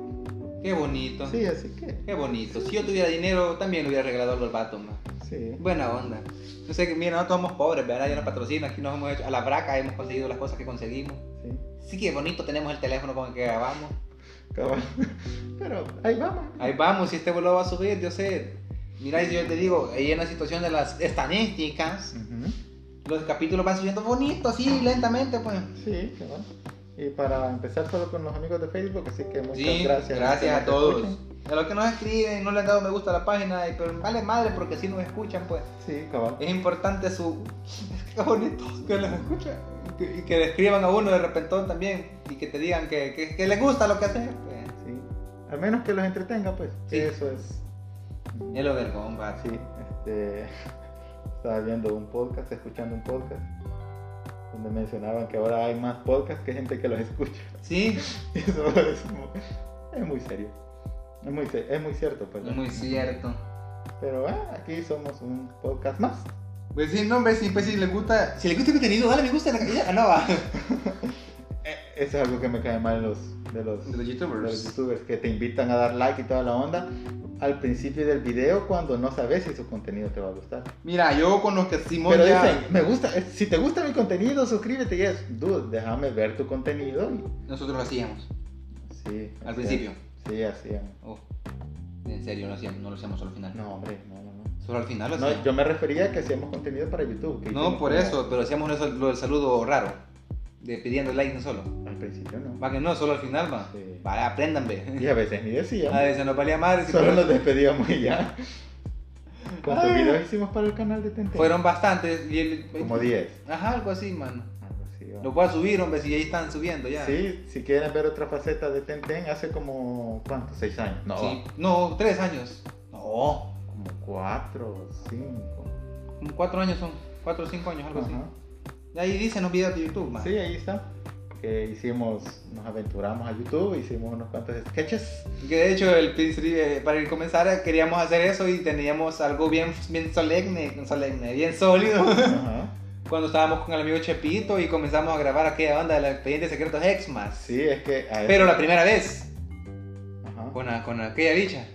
C: Qué bonito.
B: Sí, así que.
C: Qué bonito. Si yo tuviera dinero, también lo hubiera regalado a los vatos, man.
B: Sí.
C: Buena onda. No sé, mira, nosotros somos pobres, ¿verdad? Ya nos patrocina, aquí nos hemos hecho a la braca, hemos conseguido las cosas que conseguimos.
B: sí.
C: Sí que bonito, tenemos el teléfono con el que grabamos.
B: Cabal. (laughs) Pero ahí vamos.
C: Ahí vamos, si este vuelo va a subir, yo sé. Mira, y si yo te digo, ahí en la situación de las estadísticas,
B: Ujú.
C: los capítulos van subiendo bonito, así, lentamente, pues.
B: Sí, cabal. Y para empezar solo con los amigos de Facebook, así que muchas
C: Sí,
B: gracias.
C: gracias,
B: que
C: a
B: nos
C: todos.
B: escuchen.
C: A los que nos escriben, no le han dado me gusta a la página, y- pero vale madre porque si nos escuchan, pues
B: Sí, cabal.
C: es importante su... (laughs) Qué bonito que los escuchan. Que- Y que le escriban a uno de repentón también y que te digan que, que, que les gusta lo que haces. pues.
B: Sí. Al menos que los entretenga, pues.
C: Sí.
B: Eso es. Mm.
C: Es lo vergón, va.
B: Sí, este. (laughs) Estaba viendo un podcast, escuchando un podcast, donde mencionaban que ahora hay más podcasts que gente que los escucha. (laughs)
C: Sí,
B: Y eso es muy, es muy serio. Es muy, se- es muy cierto, pues.
C: es muy cierto.
B: Pero ah, aquí somos un podcast más.
C: Pues sí, no, hombre, sí, pues si les gusta. Si les gusta mi contenido, dale me gusta a la cabeza. Ah, no, va.
B: Eso es algo que me cae mal de los, (laughs) de los,
C: De los
B: de los
C: youtubers.
B: youtubers, que te invitan a dar like y toda la onda al principio del video cuando no sabes si su contenido te va a gustar.
C: Mira, yo con los que Simón
B: Pero
C: ya.
B: dicen, me gusta, eh, si te gusta mi contenido, suscríbete y es, dude, déjame ver tu contenido. y-
C: Nosotros lo hacíamos,
B: Sí.
C: al
B: hacían-
C: principio.
B: Sí, hacían.
C: Oh, en serio, lo hacíamos, no lo hacíamos solo al final.
B: No, hombre, no, no, no.
C: Solo al final lo
B: No,
C: hacíamos.
B: yo me refería a que hacíamos contenido para YouTube. que
C: Pues No,
B: hicimos
C: por
B: como-
C: eso, pero hacíamos eso, lo del saludo raro. De pidiendo like no solo.
B: Al principio no.
C: Va que no, solo al final, va.
B: Sí.
C: Vale, aprendan,
B: Y
C: (laughs) ve.
B: a veces ni decíamos.
C: A ver, se nos valía madre. si
B: Solo
C: fueron-
B: nos despedíamos y ya. ¿Cuántos
C: Ay.
B: videos hicimos para el canal de Tente?
C: Fueron bastantes. Y el,
B: como 10.
C: Ajá, algo así, mano.
B: Algo así, va.
C: Lo voy a subir, hombre, si ahí están subiendo ya.
B: Sí, si quieren ver otra faceta de Tenten, hace como, ¿cuánto? ¿Seis años? No,
C: Sí. No, tres años. No.
B: como cuatro, cinco.
C: Como cuatro años son. Cuatro o cinco años, algo
B: Ajá.
C: así. Ahí dicen los videos de YouTube, man.
B: Sí, ahí está. Que hicimos, nos aventuramos a YouTube, hicimos unos cuantos
C: (laughs)
B: sketches.
C: Que de hecho, el Pinstri, eh, para comenzar, queríamos hacer eso y teníamos algo bien, bien solemne, solemne, bien sólido. (laughs)
B: Ajá.
C: Cuando estábamos con el amigo Chepito y comenzamos a grabar aquella banda de los expedientes secretos Exmas.
B: Sí, es que. a eso-
C: Pero la primera vez,
B: Ajá.
C: con, a- con aquella bicha.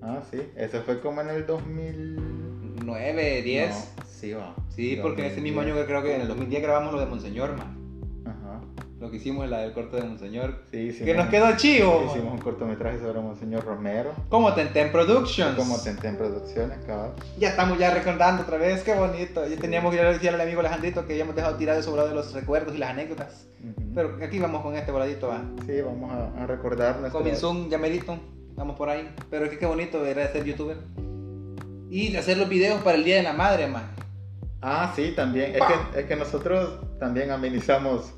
B: Ah, sí. Eso fue como en el 2000.
C: 9, 10.
B: No, sí, va.
C: Sí, porque en ese mismo año que creo que en el 2010 grabamos lo de Monseñor, man.
B: Ajá.
C: Lo que hicimos en la del corte de Monseñor.
B: Sí, hicimos,
C: que nos quedó chivo. man.
B: Hicimos un cortometraje sobre Monseñor Romero.
C: Como Tenten Productions.
B: Como Tenten Producciones, cabrón.
C: Ya estamos ya recordando otra vez, qué bonito. Ya teníamos que ir a decirle al amigo Alejandrito que habíamos dejado tirado el sobrado de los recuerdos y las anécdotas.
B: Ujú.
C: Pero aquí vamos con este voladito, va.
B: Sí, vamos a, a recordar nuestro.
C: Comenzó un llamerito, vamos por ahí. Pero es que qué bonito era ser youtuber. Y de hacer los videos para el Día de la Madre, man.
B: Ah, sí, también. Es que, es que nosotros también amenizamos,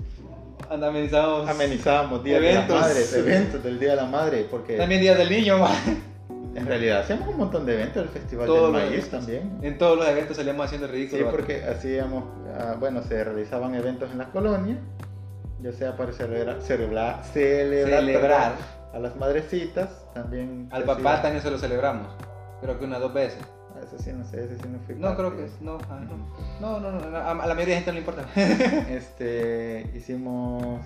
C: Anda, pensábamos.
B: amenizábamos Día de la
C: Eventos.
B: Madre, eventos del Día de la Madre, porque
C: También Día del Niño, man.
B: en realidad hacemos un montón de eventos, el Festival del
C: Todo lo-
B: Maíz también.
C: En todos los eventos salíamos haciendo el
B: Sí,
C: ridículo. va.
B: porque hacíamos, ah, bueno, se realizaban eventos en las colonias, ya sea para celebrar, celebrar, celebrar,
C: celebrar.
B: perdón, a las madrecitas, también.
C: Al
B: se
C: papá
B: hacía-
C: también se lo celebramos. Creo que unas dos veces.
B: Ah, Ese sí, no sé, ese sí no fui
C: No,
B: parte.
C: creo que es. No, ah, no, no, no, no, no, A a la mayoría de gente no le importa. (laughs)
B: Este, hicimos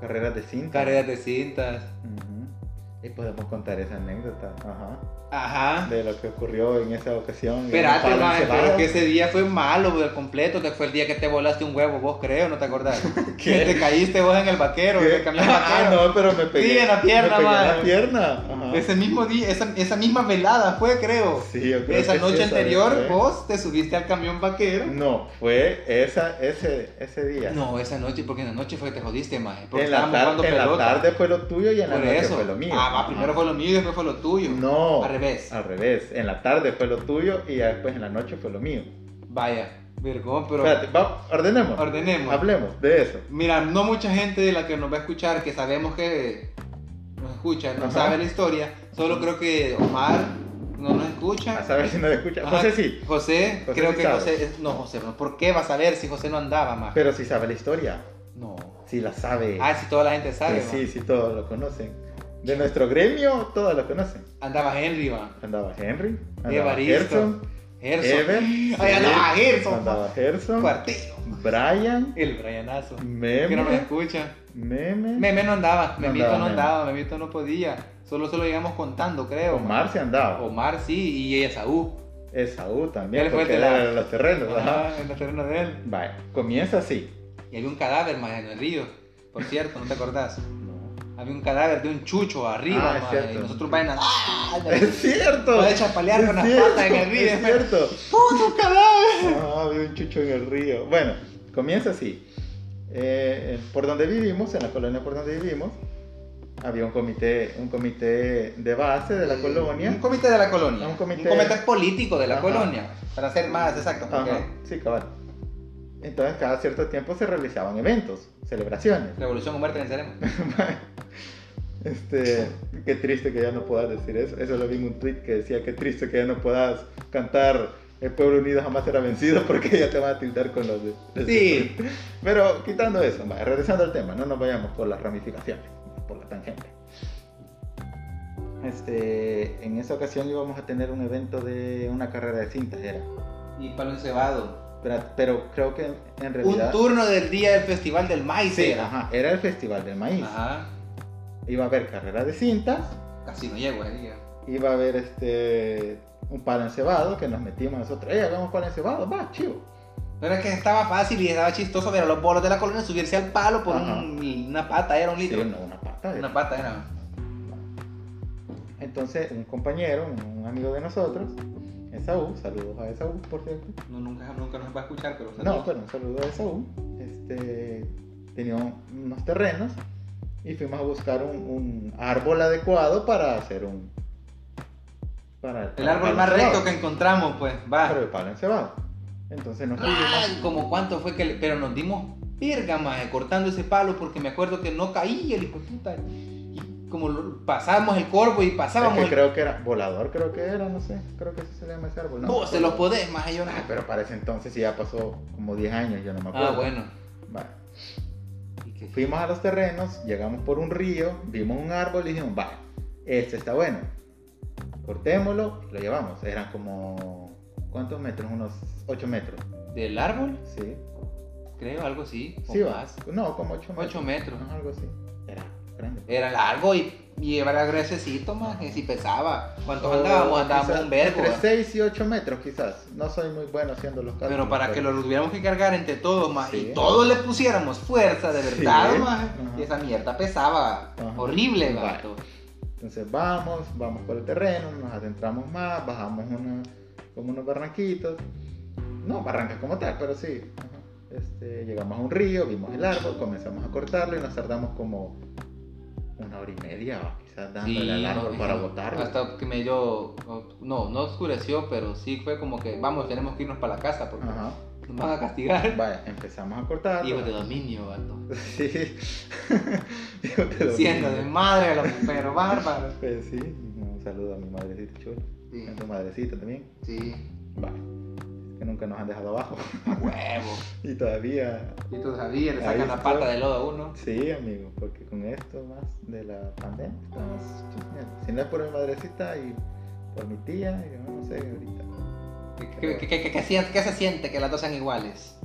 B: carreras de cinta.
C: Carreras de cintas.
B: Ujú. Y podemos contar esa anécdota, ajá,
C: Ajá.
B: de lo que ocurrió en esa ocasión.
C: Espérate, man,
B: madre,
C: pero que ese día fue malo, güey, al completo, que fue el día que te volaste un huevo, vos creo, ¿no te
B: (laughs)
C: acordás? Que te caíste vos en el vaquero, en el camión
B: Ah,
C: vaquero.
B: no, pero me pegué.
C: Sí, en la pierna,
B: me pegué en
C: madre.
B: la pierna. Ajá.
C: Ese mismo día, esa, esa misma velada fue, creo.
B: Sí, yo creo
C: Esa
B: que sí, esa
C: noche
B: ¿eh?
C: anterior,
B: vez fue.
C: vos te subiste al camión vaquero.
B: No, fue esa, ese, ese día.
C: No, esa noche, porque en la noche fue que te jodiste, maje. Porque
B: en la,
C: estábamos
B: tar-
C: jugando
B: en la
C: pelota.
B: tarde fue lo tuyo y en la
C: Por
B: noche
C: eso.
B: fue lo mío.
C: Ah, va, primero
B: Ajá.
C: fue lo mío y después fue lo tuyo.
B: No.
C: Al revés.
B: Al revés. En la tarde fue lo tuyo y ya después en la noche fue lo mío.
C: Vaya, vergón, pero
B: Espérate, va, ordenemos.
C: ordenemos.
B: Hablemos de eso.
C: Mira, no mucha gente de la que nos va a escuchar, que sabemos que nos escucha, no
B: Ajá.
C: sabe la historia. Solo creo que Omar no nos
B: A
C: escucha.
B: saber si nos escucha.
C: Ajá,
B: José sí.
C: José,
B: José
C: creo
B: sí
C: que
B: sabe.
C: José. No, José, no. ¿Por qué va a saber si José no andaba más?
B: Pero si sabe la historia.
C: No.
B: Si la sabe.
C: Ah, si toda la gente
B: Sí,
C: sabe. ma.
B: Pues sí, sí, todos lo conocen. De nuestro gremio, todos lo conocen.
C: Andaba Henry, va.
B: Andaba Henry. Andaba
C: Evaristo.
B: Gerson.
C: Gerson.
B: Ever,
C: Ay, andaba Gerson. ma.
B: Andaba Gerson.
C: Cuartillo.
B: Brian.
C: El Brianazo. Que no nos
B: Meme.
C: escucha.
B: Meme.
C: Meme no andaba,
B: No
C: Memito
B: andaba,
C: no
B: Meme.
C: andaba, Memito no podía. Solo se lo íbamos contando, creo.
B: Omar se
C: man.
B: andaba.
C: Omar sí, y ella Saúl.
B: Esaú también.
C: Él Oh. fue el
B: Porque
C: de la-
B: era de los terrenos. ajá.
C: Ajá, en el terreno de él.
B: Vaya, comienza así.
C: (laughs) Y había un cadáver más en el río. Por cierto, ¿no te acordás? Había un cadáver de un chucho arriba,
B: Ah, es
C: man,
B: cierto.
C: y nosotros vayan a... ¡Ah!
B: Es cierto.
C: Voy a chapalear
B: Es
C: con las
B: cierto,
C: patas en el río.
B: Es
C: (laughs)
B: cierto.
C: ¡Puto cadáver!
B: Ah, había un chucho en el río. Bueno, comienza así. Eh, en- por donde vivimos, en la colonia por donde vivimos, había un comité, un comité de base de la colonia.
C: Mm. Un comité de la colonia.
B: Un comité-
C: político de la
B: Ajá.
C: colonia. Para ser más exacto, porque
B: Ajá, sí, cabal. Entonces cada cierto tiempo se realizaban eventos, celebraciones.
C: revolución o muerte venceremos. (laughs)
B: Este, qué triste que ya no puedas decir eso. Eso lo vi en un tweet que decía, qué triste que ya no puedas cantar El pueblo unido jamás será vencido (laughs) porque ya te van a tildar con los... de-
C: Sí,
B: Pero quitando eso, vaya, regresando al tema, no nos vayamos por las ramificaciones, por la tangente. Este, en esa ocasión íbamos a tener un evento de una carrera de cintas, era.
C: y palo encebado.
B: Pero, pero creo que en
C: Un
B: realidad.
C: turno del día del Festival del Maíz.
B: Sí,
C: era.
B: ajá, era el festival del maíz.
C: Ajá.
B: Iba a haber carrera de cintas,
C: Casi no llego eh, ese día.
B: iba a haber este un palo encebado que nos metimos nosotros. ¡Eh, hagamos palo encebado! ¡Va, chivo!
C: Pero es que estaba fácil y estaba chistoso ver a los bolos de la colonia subirse al palo por
B: Ajá.
C: un- una pata, era un
B: Sí,
C: litro.
B: no, una pata. de-
C: Una pata era.
B: Entonces, un compañero, un amigo de nosotros, Esaú, saludos a Esaú, por cierto.
C: No, nunca, nunca nos va a escuchar, pero
B: No, pero un saludo a Esaú. Este, tenía un- unos terrenos y fuimos a buscar un, un árbol adecuado para hacer un. Para,
C: El
B: para
C: árbol
B: palo
C: más
B: encebado.
C: recto que encontramos, pues,
B: Pero
C: va.
B: el palo encebado. Entonces
C: Ah,
B: nos fuimos.
D: Ay,
C: Como cuánto fue que le... Pero nos dimos pirga, maje, cortando ese palo porque me acuerdo que no caía el hijo de puta. Y como lo- pasábamos el corvo y pasábamos
B: Es
C: el...
B: que creo que era volador, creo que era, no sé. Creo que eso se llama ese árbol. No,
C: Vos Oh, se los podés, más yo no.
B: Ah, pero para ese entonces sí ya pasó como 10 años, yo no me acuerdo.
C: Ah, bueno.
B: Vale.
C: Y que-
B: Fuimos a los terrenos, llegamos por un río, vimos un árbol y dijimos, va, este está bueno. Cortémoslo y lo llevamos. Eran como, ¿cuántos metros? Unos 8 metros.
C: ¿Del árbol?
B: Sí,
C: Creo, algo así. o
B: sí va.
C: más.
B: No, como 8 metros.
C: Ocho metros.
B: Ajá, algo así. Era grande.
C: Era largo y, y era gruesecito, más que si pesaba. ¿Cuántos andábamos?
B: O
C: Andábamos
B: Oh, quizás
C: un vergo.
B: Entre
C: ¿verdad?
B: 6 y 8 metros quizás. No soy muy bueno haciendo los cálculos.
C: Pero para que lo tuviéramos que cargar entre todos, más
B: Sí.
C: y todos le pusiéramos fuerza de
B: Sí.
C: verdad, más
B: Ajá.
C: y esa mierda pesaba
B: Ajá.
C: horrible,
B: Vale.
C: vato.
B: Entonces vamos, vamos por el terreno, nos adentramos más, bajamos una, como unos barranquitos. No, barrancas como tal, pero sí. Ajá. Este, llegamos a un río, vimos el árbol, comenzamos a cortarlo y nos tardamos como una hora y media, o quizás dándole
C: Sí,
B: al árbol
C: no,
B: para
C: no.
B: botarlo.
C: Hasta que me dio, no, no oscureció, pero sí fue como que, vamos, tenemos que irnos para la casa porque
B: Ajá.
C: nos van
B: (laughs)
C: a castigar.
B: Vaya, empezamos a cortarlo.
C: Hijo de dominio, vato.
B: (laughs) Sí. (laughs) Hijo de dominio.
C: Siendo de madre, a los-
B: (laughs)
C: pero bárbaro.
B: Pues sí, un saludo a mi madrecita chula,
C: Sí,
B: a tu madrecita también.
C: sí,
B: Vaya, que nunca nos han dejado abajo (laughs)
C: a huevo.
B: y todavía
C: Y todavía le
B: Ahí
C: sacan la
B: está.
C: pata de lodo a uno.
B: Sí, amigo, porque con esto más de la pandemia estamos chismeando. Si no es por mi madrecita y por mi tía, yo no sé ahorita.
C: ¿Qué, qué- qué- qué- qué sien- qué se siente que las dos sean iguales?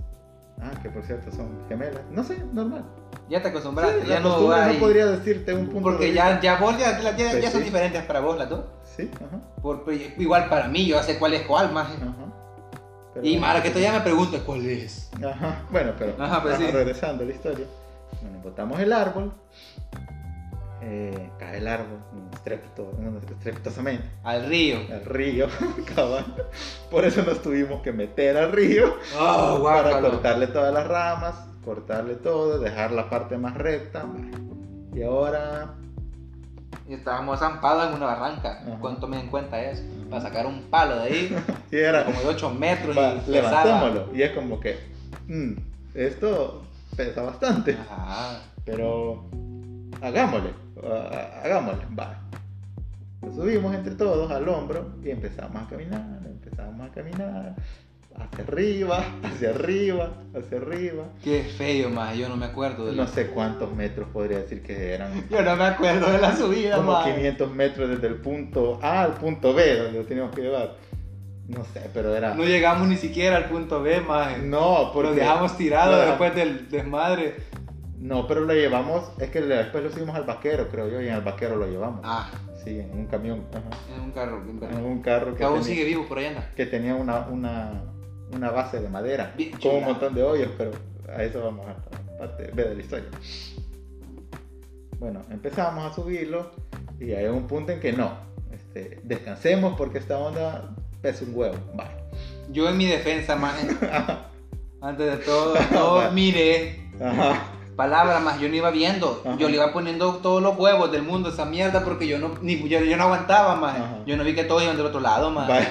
B: Ah, que por cierto son gemelas. No sé, normal.
C: Ya te acostumbraste,
B: Sí,
C: ya
B: la
C: no
B: costumbre
C: hay...
B: no podría decirte un punto.
C: Porque
B: de
C: ya,
B: vista.
C: ya vos ya, ya- ya
B: Pues
C: son
B: sí.
C: diferentes para vos las dos.
B: Sí, ajá.
C: Por- pero igual para mí, yo sé cuál es cuál más.
B: ajá. Pero-
C: Y para que todavía me preguntes cuál es.
B: Ajá, bueno, pero
C: Ajá, pues sí.
B: regresando a la historia. Bueno, botamos el árbol. Eh, cae el árbol un estrepito, un estrepitosamente.
C: Al río.
B: al río, (laughs) cabal. Por eso nos tuvimos que meter al río
C: Oh,
B: para
C: guácalo.
B: cortarle todas las ramas, cortarle todo, dejar la parte más recta. Y ahora,
C: Y estábamos zampados en una barranca.
B: Ajá.
C: ¿Cuánto me en cuenta eso?
B: Ajá.
C: Para sacar un palo de ahí,
B: y (laughs) era,
C: como de 8 metros
B: va,
C: y pesaba.
B: levantémoslo. Y es como que, mm, esto pesa bastante,
C: Ah. Ajá.
B: pero hagámosle, ah, hagámosle, va. Nos subimos entre todos al hombro y empezamos a caminar, empezamos a caminar, hacia arriba, (laughs) hacia arriba, hacia arriba.
C: Qué feo, más. Yo no me acuerdo de
B: No
C: la-
B: sé cuántos metros podría decir que eran.
C: Yo no me acuerdo de la subida,
B: Como
C: más.
B: 500 metros desde el punto A al punto B, donde lo teníamos que llevar. No sé, pero era.
C: No llegamos ni siquiera al punto B, más.
B: No, porque.
C: Nos dejamos tirados
B: Lo dejamos-
C: después del desmadre.
B: No, pero lo llevamos. Es que después lo subimos al vaquero, creo yo, y en el vaquero lo llevamos.
C: Ah,
B: Sí, en un camión. ajá.
C: en un carro. en
B: En
C: verdad.
B: un carro que
C: Que aún
B: tenía,
C: sigue vivo por allá anda.
B: que tenía una, una, una base de madera.
C: Bien
B: con un
C: chula.
B: montón de hoyos, pero a eso vamos a la parte B de la historia. Bueno, empezamos a subirlo y hay un punto en que no. este, descansemos porque esta onda pesa un huevo. Vale.
C: Yo en mi defensa, maje.
B: (laughs)
C: Antes de todo, todo mire.
B: Ajá.
C: Palabra más, yo no iba viendo.
B: Ajá.
C: Yo le iba poniendo todos los huevos del mundo a esa mierda porque yo no, ni, yo, yo no aguantaba
B: Ajá.
C: más. Yo no vi que todos iban del otro lado más.
B: Vale.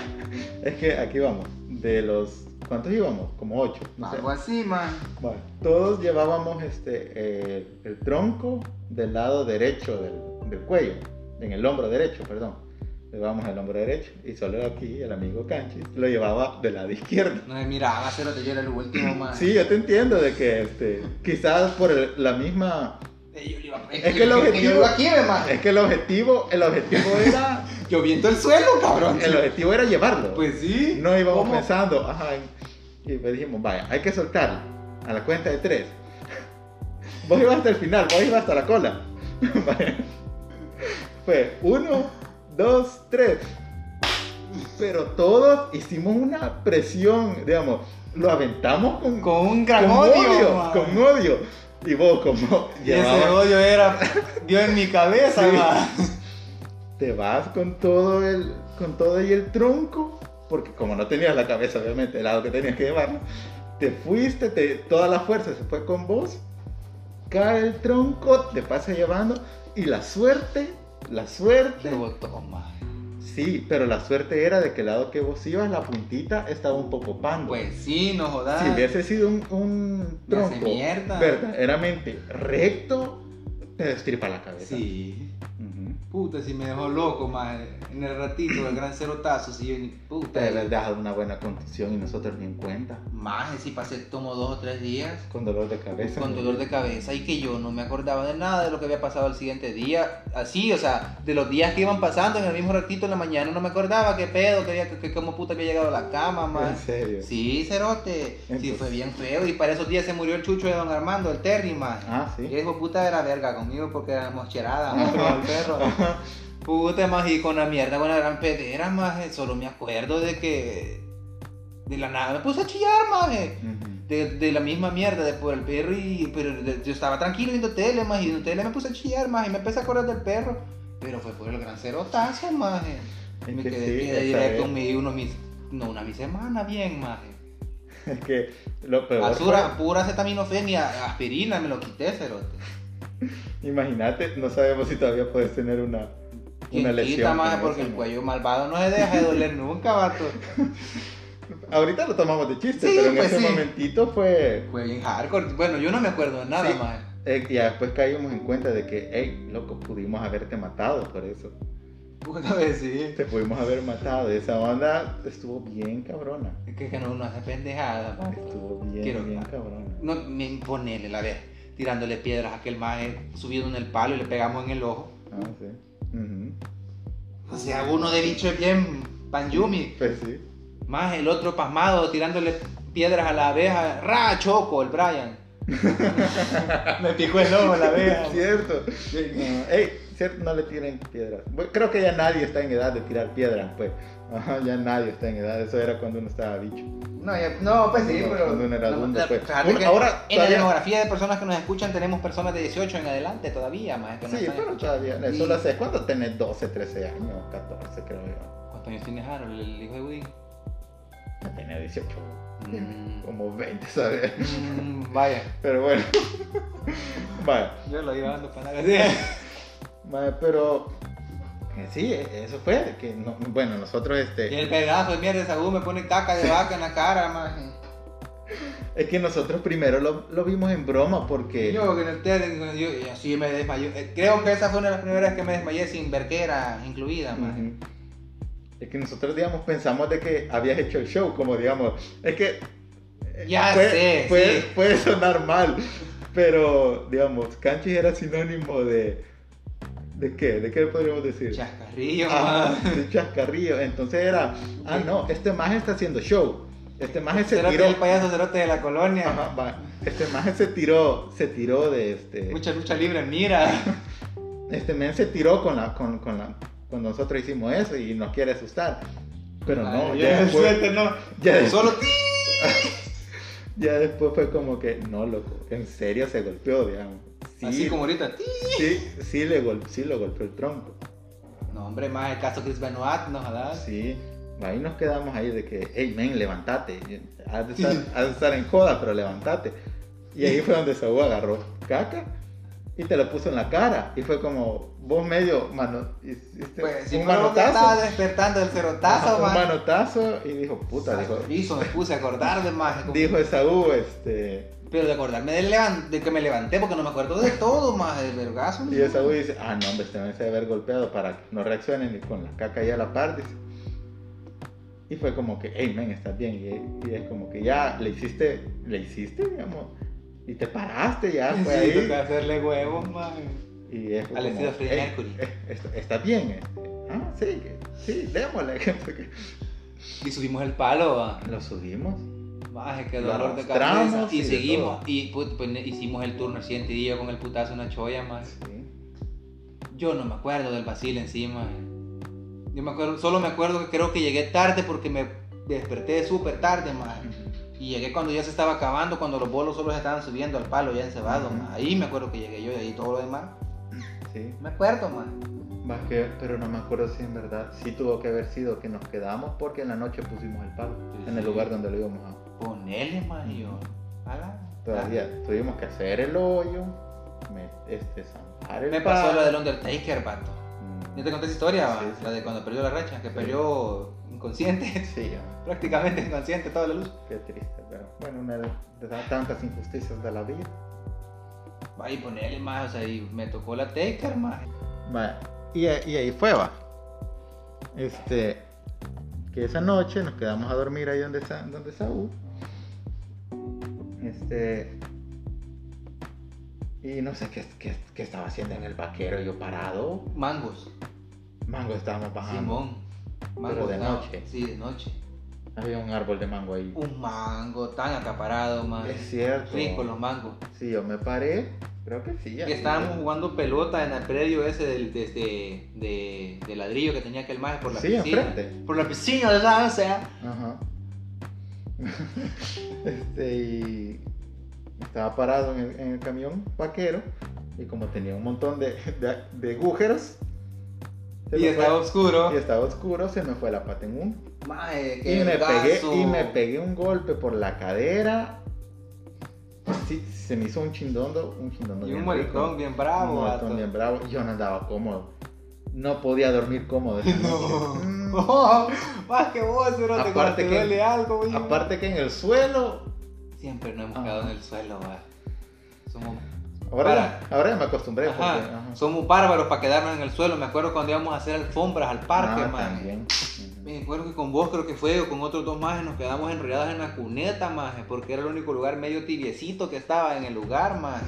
B: Es que aquí vamos. De los. ¿Cuántos íbamos? Como ocho. no sé.
C: Algo así, man.
B: Vale. Todos llevábamos este, eh, el tronco del lado derecho del, del cuello, en el hombro derecho, perdón. Llevábamos el hombro derecho y solo aquí el amigo Canchis lo llevaba del lado izquierdo.
C: No me miraba, pero yo era el último, man.
B: Sí, yo te entiendo de que este, quizás por el- la misma...
C: Eh, yo le iba-
B: Es que el
C: yo- yo-
B: objetivo- (laughs) Eh.
C: yo lo aquí, ve, man.
B: Es que el objetivo, el objetivo era
C: lloviendo el suelo, cabrón.
B: El objetivo era llevarlo.
C: Pues sí.
B: no íbamos
C: ¿Cómo?
B: pensando. Ajá, y pues dijimos, vaya, hay que soltar a la cuenta de tres. (laughs) Vos ibas hasta el final, vos ibas hasta la cola. (laughs) Vaya. Fue uno, dos, tres. Pero todos hicimos una presión, digamos, lo aventamos con,
C: Con un gran
B: con
C: odio. man.
B: con odio. Y vos como
C: Y ese
B: llevabas-
C: odio era. Dio en mi cabeza,
B: Sí.
C: man.
B: te vas con todo el con todo y el tronco porque como no tenías la cabeza obviamente el lado que tenías que llevarlo te fuiste te, toda la fuerza se fue con vos cae el tronco te pasa llevando y la suerte la suerte
C: Rebotó, man.
B: sí pero la suerte era de que el lado que vos ibas la puntita estaba un poco pando
C: Pues sí, no jodas.
B: si hubiese sido un, un
C: Me hace
B: tronco
C: mierda.
B: verdaderamente recto te destripa la cabeza
C: Sí.
B: Ujú.
C: Puta, si me dejó loco, man. En el ratito, el gran cerotazo, si yo ni puta.
B: te habías dejado una buena condición y nosotros ni en cuenta
C: Maje, si pasé como dos o tres días
B: Con dolor de cabeza.
C: con
B: (laughs)
C: dolor de cabeza y que yo no me acordaba de nada de lo que había pasado al siguiente día. Así, o sea, de los días que iban pasando en el mismo ratito en la mañana no me acordaba qué pedo, que, había- que, que cómo puta había llegado a la cama,
B: En
C: más.
B: serio.
C: Sí, cerote. Sí,
B: Entonces-
C: fue bien feo. Y para esos días se murió el chucho de don Armando, el Terry, man.
B: Ah,
C: Y
B: sí.
C: el hijo puta era verga conmigo porque
B: (laughs)
C: éramos cheradas, más pero al perro. Puta, más y con la mierda, con la gran pedera, más. eh, Solo me acuerdo de que. De la nada me puse a chillar, más. eh,
B: Ujú.
C: De, de la misma mierda, de por el perro y... Pero de- yo estaba tranquilo viendo tele, más, y viendo tele me puse a chillar, más, y me empecé a acordar del perro. Pero fue por el gran cerotazo, más. eh.
B: Es
C: Me
B: que
C: quedé
B: sí,
C: quedé
B: esa
C: directo
B: vez.
C: mi, uno, mis, no, una mi semana, bien, más.
B: Es (laughs) que lo peor.
C: Basura, pura acetaminofén y a- aspirina, me lo quité, cerote.
B: fue- Imagínate, no sabemos si todavía puedes tener una, una
C: Quien
B: lesión.
C: quita, maje,
B: como
C: porque
B: esa,
C: el
B: ¿no?
C: cuello malvado no se deja de doler nunca, vato.
B: Ahorita lo tomamos de chiste,
C: Sí,
B: pero en
C: pues
B: ese
C: sí.
B: momentito fue.
C: Fue bien hardcore. Bueno, yo no me acuerdo de nada,
B: Sí.
C: maje.
B: eh, y después caímos en cuenta de que, hey, loco, pudimos haberte matado por eso.
C: Puta vez sí.
B: Te pudimos haber matado. Y esa onda estuvo bien cabrona.
C: Es que, que no, no hace pendejada, maje.
B: Estuvo bien,
C: Quiero-
B: bien cabrona.
C: No, me ponele la vez. Tirándole piedras a aquel maje, subiendo en el palo y le pegamos en el ojo.
B: Ah, sí. Ujú.
C: O sea, uno de bicho es bien panyumi.
B: Pues sí.
C: Más el otro pasmado tirándole piedras a la abeja. ¡Ra! Choco,
B: (laughs)
C: el Brian. me picó el ojo la abeja.
B: Cierto. No, ey, cierto, no le tiren piedras. Bueno, creo que ya nadie está en edad de tirar piedras, pues. Ajá, ya nadie está en edad. Eso era cuando uno estaba bicho.
C: No, ya- no, pues sí,
B: No,
C: pero.
B: cuando uno era adulto,
C: la-
B: pues.
C: fíjate
B: Uno-
C: que
B: ahora
C: en
B: todavía-
C: la demografía de personas que nos escuchan tenemos personas de 18 en adelante todavía, más que no
B: Sí,
C: están
B: pero
C: escuchando.
B: todavía.
C: Y-
B: Eso lo sé. ¿Cuándo tenés 12, 13 años? 14, creo yo.
C: ¿Cuántos años tiene Harold, el hijo de Woody?
B: Ya tenía 18,
C: Mm,
B: como 20, ¿sabes?
C: mm, vaya,
B: Pero bueno. (laughs) Vale.
C: yo lo iba dando para la casa.
B: Vale, pero. eh, Sí, eh, eso fue. Que no- bueno, nosotros este.
C: Y el pedazo de mierda de Saúl me pone taca de vaca en la cara, más.
B: Es que nosotros primero lo, lo vimos en broma porque.
C: Yo que en el tele, yo, y así me desmayé. Eh, Creo que esa fue una de las primeras que me desmayé sin verquera incluida, más.
B: Ujú. Es que nosotros, digamos, pensamos de que habías hecho el show, como digamos, es que... eh,
C: Ya
B: puede,
C: sé,
B: puede-
C: sí.
B: puede sonar mal, pero, digamos, canchis era sinónimo de... ¿De qué? ¿De qué podríamos decir?
C: Chascarrillo, (laughs)
B: Ah,
C: más.
B: de chascarrillo. Entonces era, ah, no, este maje está haciendo show. Este maje se
C: Cerote
B: tiró...
C: el payaso cerote de la colonia.
B: Ajá, va. Este maje se tiró, se tiró de este...
C: Mucha lucha libre, mira.
B: Este men se tiró con la, con, con la, con nosotros hicimos eso y nos quiere asustar. Pero no,
C: Ay,
B: ya
C: el
B: después,
C: suerte, no.
B: ya, de-
C: Solo
B: ya después fue como que, no, loco, en serio se golpeó, digamos. Sí,
C: Así como ahorita. ti.
B: sí, sí, le gol- sí lo golpeó el tronco.
C: No, hombre, más el caso Chris Benoit, no jodas.
B: Sí, ahí nos quedamos ahí de que, hey, men, levántate. Has de, estar, has de estar en joda, pero levántate. Y ahí fue donde Saúl agarró caca y te lo puso en la cara. Y fue como, vos medio, mano, hiciste
C: Pues sí,
B: un
C: pero que
B: manotazo.
C: estaba despertando el cerotazo,
B: Ajá, un
C: man.
B: manotazo y dijo, puta, dijo,
C: Hizo, me puse a acordar de más. como-
B: dijo Esaú, este,
C: Pero de acordarme del levan- de que me levanté, porque no me acuerdo de todo, más del vergazo.
B: y Esaú dice, ah, no, hombre, se me hace haber golpeado para que no reaccionen y con la caca ahí a la par, dice. Y fue como que, hey, men, estás bien, y, y es como que ya le hiciste, le hiciste, digamos, y te paraste ya,
C: Sí,
B: fue
C: tengo que
B: ahí.
C: hacerle huevos, man.
B: Y es como,
C: Al estilo Freddie
B: "Ey,
C: Mercury.
B: eh, est- estás bien, este, Ah, sí, que- sí, démosle. (laughs) porque
C: Y subimos el palo, va.
B: Lo subimos.
C: Maje, qué
B: Lo
C: dolor de
B: arrastramos
C: cabeza.
B: y
C: Y
B: de
C: seguimos.
B: todo.
C: Y put- pues, ne- hicimos el turno el siguiente día con el putazo una choya, más.
B: Sí.
C: Yo no me acuerdo del vacil encima. Yo me acuerdo, solo me acuerdo que creo que llegué tarde porque me desperté súper tarde, más. Y llegué cuando ya se estaba acabando, cuando los bolos solo se estaban subiendo al palo ya encebado,
B: Ujú.
C: ma. Ahí me acuerdo que llegué yo y ahí todo lo demás.
B: Sí.
C: Me acuerdo, más.
B: Más que, pero no me acuerdo si en verdad sí tuvo que haber sido que nos quedamos porque en la noche pusimos el palo
C: Sí,
B: en el
C: sí.
B: lugar donde lo íbamos a.
C: Ponele, más. Y yo, ala.
B: Todavía
C: Ah.
B: tuvimos que hacer el hoyo, me, este, zanjar el
C: Me pasó
B: palo.
C: lo del Undertaker, vato.
B: Mm,
C: ¿Ya te conté esa historia? va?
B: Sí, sí.
C: La de cuando perdió la racha, que perdió inconsciente, (laughs)
B: Sí, ah,
C: prácticamente inconsciente toda la luz.
B: qué triste, pero bueno, una de de las tantas injusticias de la vida.
C: Va y ponele más, o sea, y me tocó la Taker, más.
B: Va, Y, a- y ahí fue, va. Este, que esa noche nos quedamos a dormir ahí donde, Sa- donde Saúl. Este, y no sé qué, qué, qué estaba haciendo en el vaquero, yo parado.
C: Mangos,
B: Mango estábamos bajando.
C: Simón. Mango
B: de
C: estaba-
B: noche.
C: Sí, de noche.
B: Había un árbol de mango ahí.
C: Un mango tan acaparado, más.
B: es cierto.
C: Rico los mangos.
B: Sí, yo me paré. Creo que sí.
C: Que
B: ahí,
C: estábamos
B: ¿no?
C: jugando pelota en el predio ese del, de, de, de- de ladrillo que tenía aquel maje por la
B: Sí,
C: piscina.
B: enfrente.
C: Por la piscina, ¿verdad? O sea.
B: Ajá. (laughs) este, y estaba parado en el, en el camión vaquero y como tenía un montón de, de, de agujeros, se
C: Y
B: me
C: estaba
B: fue-
C: oscuro.
B: y estaba oscuro, se me fue la pata en un.
C: Maje,
B: Y
C: qué
B: me, pegué,
C: gazo.
B: y me pegué un golpe por la cadera. Sí, se me hizo un chindondo, un chindondo.
C: Y
B: bien
C: un
B: rico.
C: maricón bien bravo,
B: Un
C: vato.
B: montón
C: (laughs)
B: bien bravo. Yo no andaba cómodo. No podía dormir cómodo.
C: (laughs)
B: esa noche. Mm.
C: Oh, más que vos, pero te, cuando
B: Aparte
C: te
B: que-
C: duele algo, güey.
B: Aparte que en el suelo.
C: Siempre nos hemos
B: Ajá.
C: quedado en el suelo, va. Somos,
B: Ahora, ahora ya me acostumbré.
C: ajá,
B: porque- ajá.
C: somos bárbaros para quedarnos en el suelo. Me acuerdo cuando íbamos a hacer alfombras al parque,
B: Ah,
C: maje.
B: también. Ujú.
C: Me acuerdo que con vos creo que fue o con otros dos majes nos quedamos enredados en la cuneta, maje, porque era el único lugar medio tibiecito que estaba en el lugar, maje.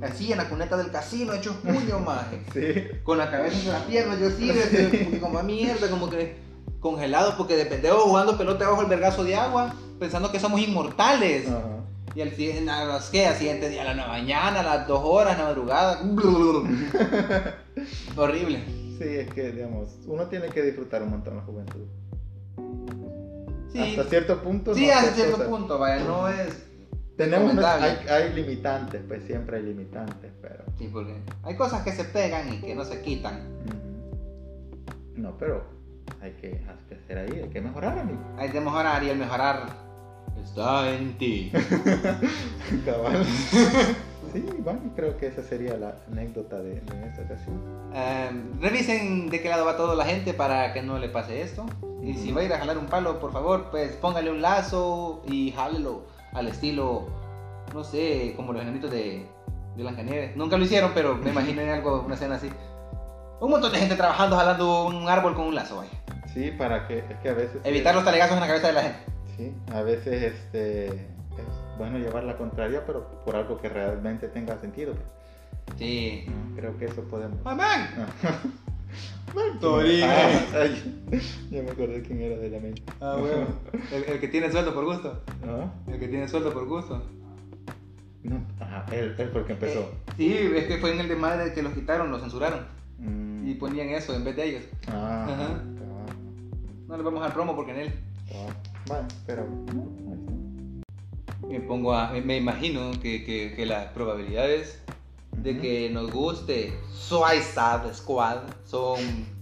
C: Así, en la cuneta del casino, hechos
B: (laughs)
C: puños, maje.
B: Sí.
C: Con la cabeza entre las piernas, yo sí, desde- porque como a mierda, como que congelados, porque de pendejo jugando pelota bajo el vergazo de agua, pensando que somos inmortales.
B: Ajá.
C: Y al siguiente, a las que, al siguiente día, a la mañana, a las dos horas, en
B: (laughs)
C: la madrugada. Horrible.
B: Sí, es que, digamos, uno tiene que disfrutar un montón la juventud.
C: Sí,
B: Hasta cierto punto.
C: sí,
B: no
C: hasta
B: hacer
C: cierto
B: cosas-
C: punto, vaya, no es.
B: Tenemos,
C: Lamentable.
B: hay, hay limitantes, pues siempre hay limitantes, pero.
C: Sí, porque hay cosas que se pegan y que no se quitan.
B: Ujú. No, pero hay que, hay que hacer ahí, hay que mejorar, amigo.
C: (laughs) Hay que mejorar y el mejorar está en ti.
B: Cabal. Sí, bueno, creo que esa sería la anécdota de, de esta ocasión.
C: Em, revisen de qué lado va toda la gente para que no le pase esto. Y si va a ir a jalar un palo, por favor, pues póngale un lazo y jálelo al estilo, no sé, como los enanitos de, de Blancanieves. Nunca lo hicieron, pero me imagino en algo, una escena así. Un montón de gente trabajando jalando un árbol con un lazo, vaya.
B: Sí, para que, es que a veces.
C: Evitar los talegazos en la cabeza de la gente.
B: Sí, a veces este, es bueno llevar la contraria, pero por algo que realmente tenga sentido. pues.
C: Sí.
B: Creo que eso podemos.
C: ¡Amén!
B: Torino. ya me acordé quién era de la mente.
C: Ah,
B: (laughs)
C: bueno. El, el que tiene sueldo por gusto.
B: ¿No?
C: El que tiene sueldo por gusto.
B: No. Ajá, él, él porque empezó.
C: Eh, sí, es que fue en el de madre que los quitaron, los censuraron.
B: Mm.
C: Y ponían eso en vez de ellos.
B: Ah,
C: Ajá.
B: cabal,
C: No le vamos al promo porque en él
B: cabal. Bueno, pero. no, ahí está.
C: me pongo a. Me, me imagino que, que, que las probabilidades de
B: Ujú.
C: que nos guste Suicide Squad son.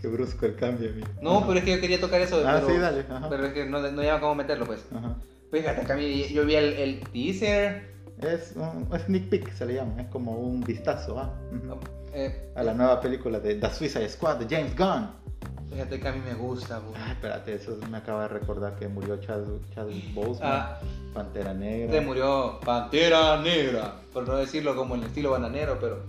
B: Qué brusco el cambio, amigo.
C: No,
B: Ajá.
C: pero es que yo quería tocar eso.
B: Ah,
C: pero,
B: sí, dale. Ajá.
C: Pero es que no, no lleva cómo meterlo, pues.
B: Ajá.
C: Fíjate que a mí yo vi el, el teaser.
B: Es un un sneak peek, se le llama. Es como un vistazo ah. Ujú.
C: eh,
B: a la nueva película de The Suicide Squad de James Gunn.
C: fíjate que a mí me gusta, bu.
B: Ah, espérate, eso me acaba de recordar que murió Chad, Chadwick Boseman,
C: Ah.
B: Pantera
C: Se
B: Negra.
C: murió Pantera Negra. Por no decirlo como en el estilo bananero, pero.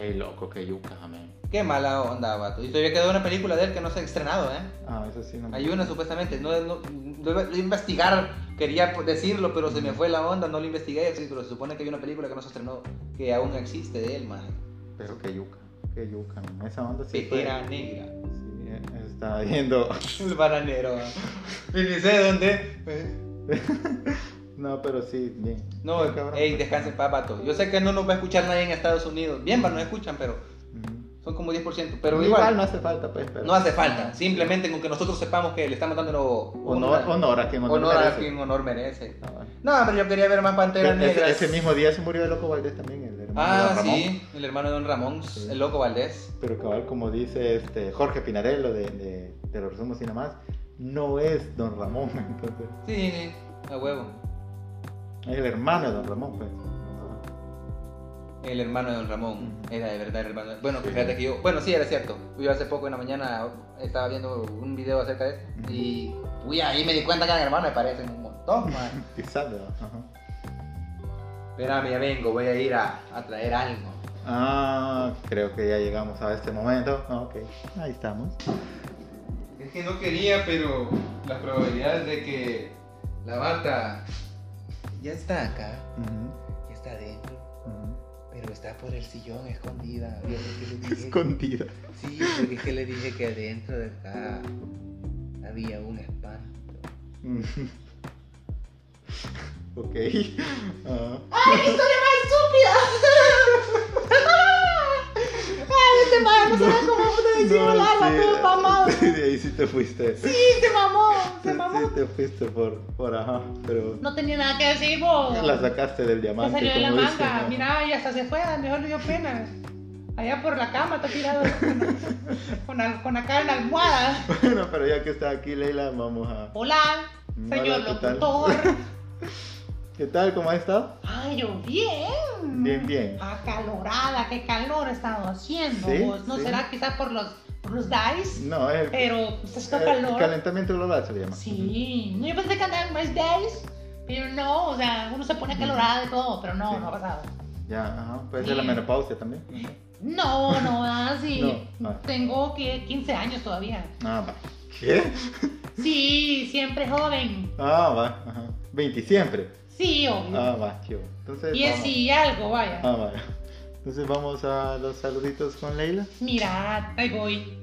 B: Ey, loco, que yuca, amén.
C: Qué mala onda, vato. Y todavía quedó una película de él que no se ha estrenado, ¿eh?
B: Ah, eso sí no me...
C: Hay una supuestamente, no, no, lo iba- lo iba a investigar, quería po- decirlo, pero se me fue la onda, no lo investigué, así, pero se supone que hay una película que no se estrenó, que aún existe de él, más
B: Pero que yuca, que yuca, amén. Esa onda sí fue...
C: Pejera negra. (laughs)
B: Sí, eh, estaba viendo. (laughs)
C: El bananero. ah. Y ni sé dónde. eh.
B: No, pero sí, bien.
C: No,
B: Sí, cabrón,
C: ey,
B: pues.
C: descansen, pa, vato. Yo sé que no nos va a escuchar nadie en Estados Unidos. Bien, va, nos escuchan, pero
B: Ujú.
C: son como 10%. Pero
B: igual,
C: igual,
B: no hace falta, pues. pero-
C: no hace falta. Simplemente con que nosotros sepamos que le estamos dando
B: Honor, honor a quien honor
C: honor a
B: merece.
C: quien honor merece.
B: Ah, bueno.
C: No, pero yo quería ver más Panteras
B: Pero
C: Negras.
B: ese, ese mismo día se murió el loco Valdés también, el hermano de
C: Ah,
B: Ramón.
C: sí, el hermano de Don Ramón,
B: Sí.
C: el loco Valdés.
B: Pero cabal, como dice este Jorge Pinarello de, de, de Los Resumos y nada más, no es Don Ramón. (laughs) Entonces,
C: Sí, sí, a huevo.
B: es el hermano de Don Ramón, pues.
C: El hermano de Don Ramón
B: Ujú.
C: era de verdad el hermano. Bueno, fíjate que yo. Bueno, Mm. sí, era cierto. Yo hace poco en la mañana estaba viendo un video acerca de eso.
B: Ujú.
C: Y. Uy, ahí me di cuenta que eran hermanos, me parecen un montón, (laughs) man.
B: Quizás, ¿verdad? Ajá.
C: Espérame, ya vengo, voy a ir a, a traer algo.
B: Ah, creo que ya llegamos a este momento. Ah, ok, ahí estamos.
C: Es que no quería, pero las probabilidades de que la bata ya está acá,
B: Ujú,
C: ya está dentro,
B: ujú.
C: pero está por el sillón escondida. Yo creo que le dije-
B: Escondida.
C: Sí, porque es que le dije que adentro de acá había un espanto.
B: Ujú. (laughs) ok. Ah,
D: ¡Ay, qué historia más estúpida! ¡Ay, este madre no sabe cómo puta decir
B: no,
D: un alma,
B: sí,
D: todo mamado!
B: (laughs) sí, de ahí sí te fuiste.
D: ¡Sí, se mamó! ¡Se
B: Sí, sí
D: mamó!
B: te fuiste por, por ajá, pero
D: No tenía nada que decir, vos.
B: la sacaste del
D: Me
B: diamante.
D: salió de la
B: como dicen,
D: manga.
B: ¿no?
D: Mira, y hasta se fue, a lo mejor le dio pena. Allá por la cama está tirado con- con, la- con la cara en la almohada.
B: (laughs) Bueno, pero ya que está aquí Leila, vamos a...
D: Hola, señor
B: Hola, ¿qué tal?
D: locutor.
B: ¿Qué tal? ¿Cómo has estado?
D: Ay, yo bien.
B: Bien, bien.
D: Acalorada, qué calor he estado haciendo.
B: Sí,
D: vos. No
B: sí.
D: será quizás por los, por los dice,
B: No, Eh, es el,
D: pero pues, está
B: el
D: calor.
B: calentamiento global se le llama.
D: Sí, no, yo pensé que andaban más dice, pero no, o sea, uno se pone acalorada y todo, pero no,
B: Sí.
D: no ha pasado.
B: Ya, ajá, puede ser
D: Sí.
B: la menopausia también.
D: No,
B: (laughs)
D: no, así.
B: No, ah.
D: Tengo que 15 años todavía.
B: Ah, va. ¿Qué?
D: Sí, siempre joven.
B: Ah, va, ajá. 20 siempre.
D: Sí, obvio.
B: Ah, va, chivo. Entonces,
D: Y es
B: vamos.
D: y algo, vaya.
B: Ah, va. Entonces vamos a los saluditos con Leila.
D: Mira, ahí voy.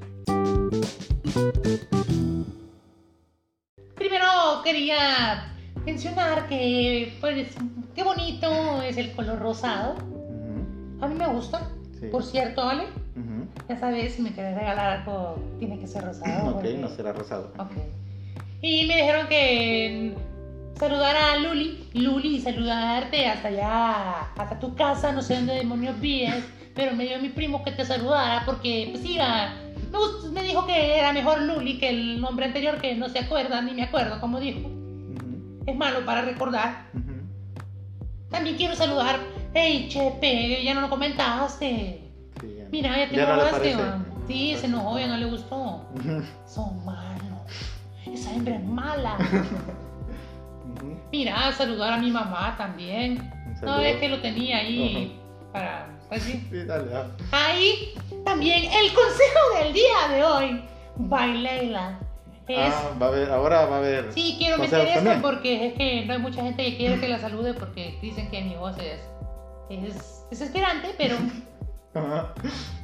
D: Primero quería mencionar que, pues, qué bonito es el color rosado.
B: Ujú,
D: A mí me gusta.
B: Sí.
D: Por cierto, Ale,
B: Ujú.
D: ya sabes, si me querés regalar algo, tiene que ser rosado.
B: Ok,
D: porque-
B: no será rosado.
D: Ah, Ok. Y me dijeron que saludar a Luli. Luli, saludarte hasta allá, hasta tu casa, no sé dónde demonios vives. Pero me dio mi primo que te saludara porque, pues iba. Me, gust- me dijo que era mejor Luli que el nombre anterior que no se acuerda ni me acuerdo, como dijo.
B: Ujú,
D: Es malo para recordar.
B: ujú.
D: También quiero saludar. Hey, Chepe, ya no lo comentaste.
B: Sí, ya.
D: Mira, ya te
B: Ya no le
D: enojaste,
B: parece.
D: va. Sí, se enojó, ya no le gustó.
B: Ujú,
D: Son malos. Esa hembra es mala.
B: ujú.
D: Mira, saludar a mi mamá también.
B: Un
D: No
B: saludo.
D: ves que lo tenía ahí para. así.
B: Sí, dale, ah.
D: Ahí también el consejo del día de hoy. Bailela. Es.
B: Ah, va a haber, ahora va a haber. (laughs)
D: sí, quiero
B: consejos
D: meter esto
B: también.
D: porque es que no hay mucha gente que quiere que la salude porque dicen que mi voz es. es desesperante,
B: (laughs)
D: pero
B: Ajá.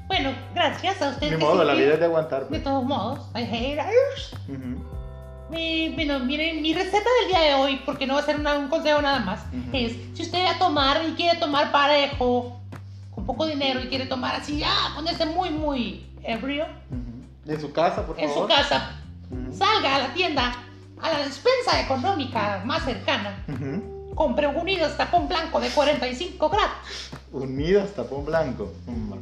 D: bueno, gracias a ustedes.
B: Ni
D: que
B: modo, la
D: siempre-
B: vida es de aguantar.
D: De
B: pues.
D: todos modos, I hate
B: Ujú.
D: Mi- bueno, miren, mi receta del día de hoy, porque no va a ser una- un consejo nada más,
B: Ujú.
D: es si usted va a tomar y quiere tomar parejo, con poco dinero y quiere tomar así, ah, ponerse muy, muy ebrio,
B: Ujú. En su casa, por
D: en su
B: favor.
D: casa,
B: Ujú.
D: salga a la tienda, a la despensa económica más cercana,
B: Ujú.
D: compre un Unidos tapón blanco de 45 grados,
B: Unidos tapón blanco. Umba.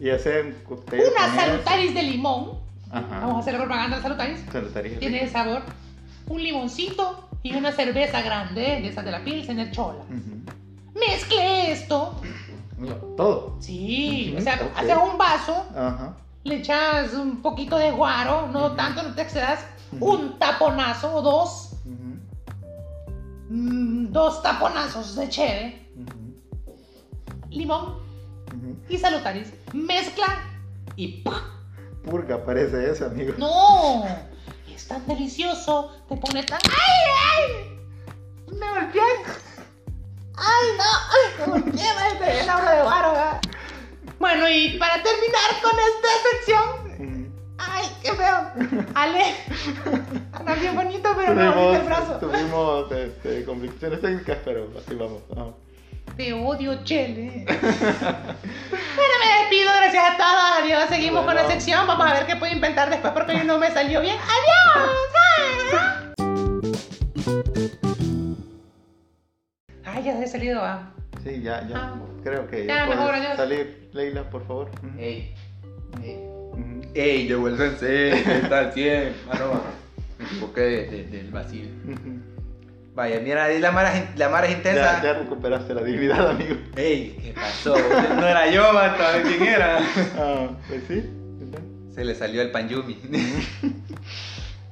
B: Y hacen cóctel.
D: una
B: con
D: salutaris de limón,
B: eso. Ajá.
D: vamos a hacer propaganda de salutaris,
B: Salutaris.
D: tiene sabor, un limoncito y una cerveza grande, de esas de la Pilsener Chola.
B: Ujú.
D: Mezcle esto.
B: Lo- Todo.
D: Sí,
B: Ujú,
D: o sea,
B: ok.
D: haces un vaso,
B: Ajá.
D: le echas un poquito de guaro, no
B: Ujú.
D: tanto, no te excedas,
B: Ujú.
D: un taponazo o dos,
B: Ujú.
D: mm, dos taponazos de cheve,
B: Ujú.
D: limón
B: Ujú.
D: y salutaris. Mezcla y ¡pum!
B: Purga parece eso, amigo.
D: ¡No! Es tan delicioso, te pone tan... ¡Ay, ay! Me golpeé. ¡Ay, no! ¡Ay, me golpeé! me- me- me- de guaro. ¿verdad? Bueno, y para terminar con esta sección,
B: Ujú.
D: Ay, qué
C: feo. Ale. Andas bien bonito, pero me abriste el brazo.
B: Tuvimos, tuvimos este, complicaciones técnicas, pero así vamos. ajá.
D: Te odio, Chele. bueno, me despido. Gracias a todos. Adiós. Seguimos con la
B: Bueno.
D: sección. Vamos a ver qué puedo inventar después porque no me salió bien. ¡Adiós! ¡Ah! Ay, ya se ha salido, ah.
B: Sí, ya, ya.
D: Ah.
B: Creo que
D: Ya,
B: puedes
D: mejor, adiós. Eh,
B: salir, Leila, por favor. Ujú.
C: Ey. Ey.
B: Ujú.
C: Ey, llegó el sensei. ¿Qué tal? 100. Mano, me equivoqué de- de- del (laughs) vacío.
B: Ujú.
C: Vaya, mira, ahí la mara, es in- la mara es intensa.
B: Ya, ya recuperaste la dignidad,
D: (laughs)
B: amigo.
C: Ey, ¿qué pasó? No era yo, mata. ¿Quién era?
B: Ah, pues sí.
C: Se le salió el panyumi.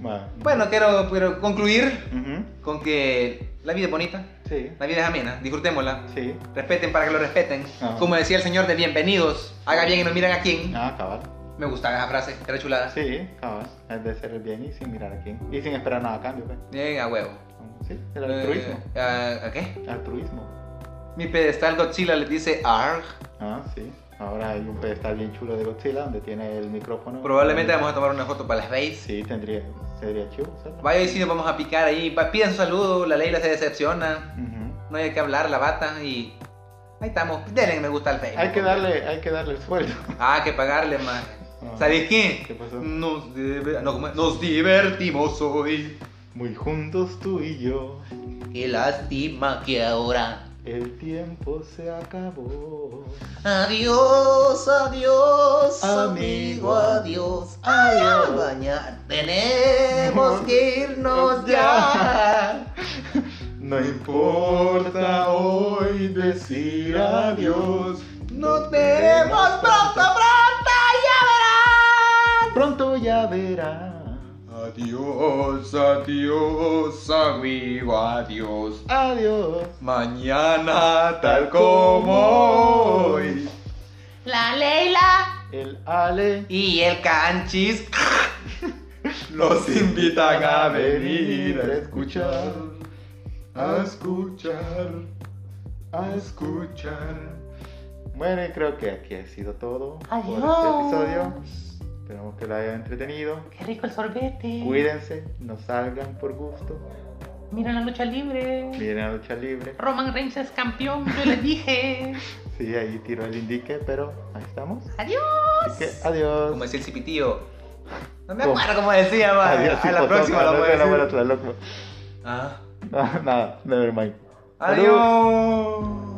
B: Ma.
C: (laughs)
D: Pues
C: bueno, quiero, quiero concluir
B: Ujú.
C: con que la vida es bonita.
B: Sí,
C: La vida es amena. Disfrutémosla.
B: sí.
C: Respeten para que lo respeten.
B: Ajá.
C: Como decía el señor de bienvenidos. Haga bien y no miran a quién.
B: Ah, cabal.
C: Me gustaba esa frase. Era chulada.
B: Sí, cabal. Es de ser el bien y sin mirar a quién. Y sin esperar nada a cambio, pues.
C: Bien, a huevo.
B: Sí, el
C: Eh,
B: altruismo.
C: ah, ¿A qué?
B: Altruismo.
C: Mi pedestal Godzilla les dice ARG.
B: Ah, sí. Ahora hay un pedestal bien chulo de Godzilla donde tiene el micrófono.
C: Probablemente vamos a tomar una foto para las veis.
B: Sí, tendría. Sería chido. ¿sabes?
C: Vaya y si nos vamos a picar ahí. Pa- Pidan su saludo, la Leila se decepciona.
B: Ujú.
C: No hay que hablar, la bata y. Ahí estamos. Denle me gusta al Facebook.
B: Hay que darle, hay que darle el sueldo.
C: Ah, que pagarle más.
B: Ah.
C: ¿Sabes qué?
B: ¿Qué pasó?
C: Nos, diver- no, ¿cómo es? Nos divertimos hoy.
B: Muy juntos tú y yo.
D: Qué lástima que ahora.
B: El tiempo se acabó.
D: Adiós, adiós,
B: Amigo,
D: adiós.
B: adiós.
D: mañana
B: (laughs)
D: tenemos que irnos ya.
B: No importa hoy decir adiós.
D: Nos veremos pronto, pronto, ya
B: Pronto ya verás.
A: Adiós, adiós, amigo, adiós.
B: Adiós.
A: Mañana tal como hoy.
D: verás. La Leila
B: El Ale.
C: Y el canchis.
A: Los invitan a venir a escuchar, a escuchar, a escuchar.
B: Bueno, y creo que aquí ha sido todo por
D: Adiós.
B: este episodio. Esperamos que lo hayan entretenido.
D: Qué rico el sorbete.
B: Cuídense, no salgan por gusto.
D: Mira la lucha libre.
B: Miren a lucha libre.
D: Roman Reigns es campeón, yo les dije.
B: Sí, ahí tiro el indique, pero ahí estamos.
D: Adiós.
B: Así que adiós.
C: Como decía el cipitío. No me acuerdo cómo decía, va.
B: Oh. Adiós,
C: A la
B: hipotoca,
C: próxima
B: no
C: lo voy
B: te
C: a
B: enamores,
C: decir.
B: la loco. (laughs)
C: Ah.
B: Nada, never mind. Salud.
C: Adiós.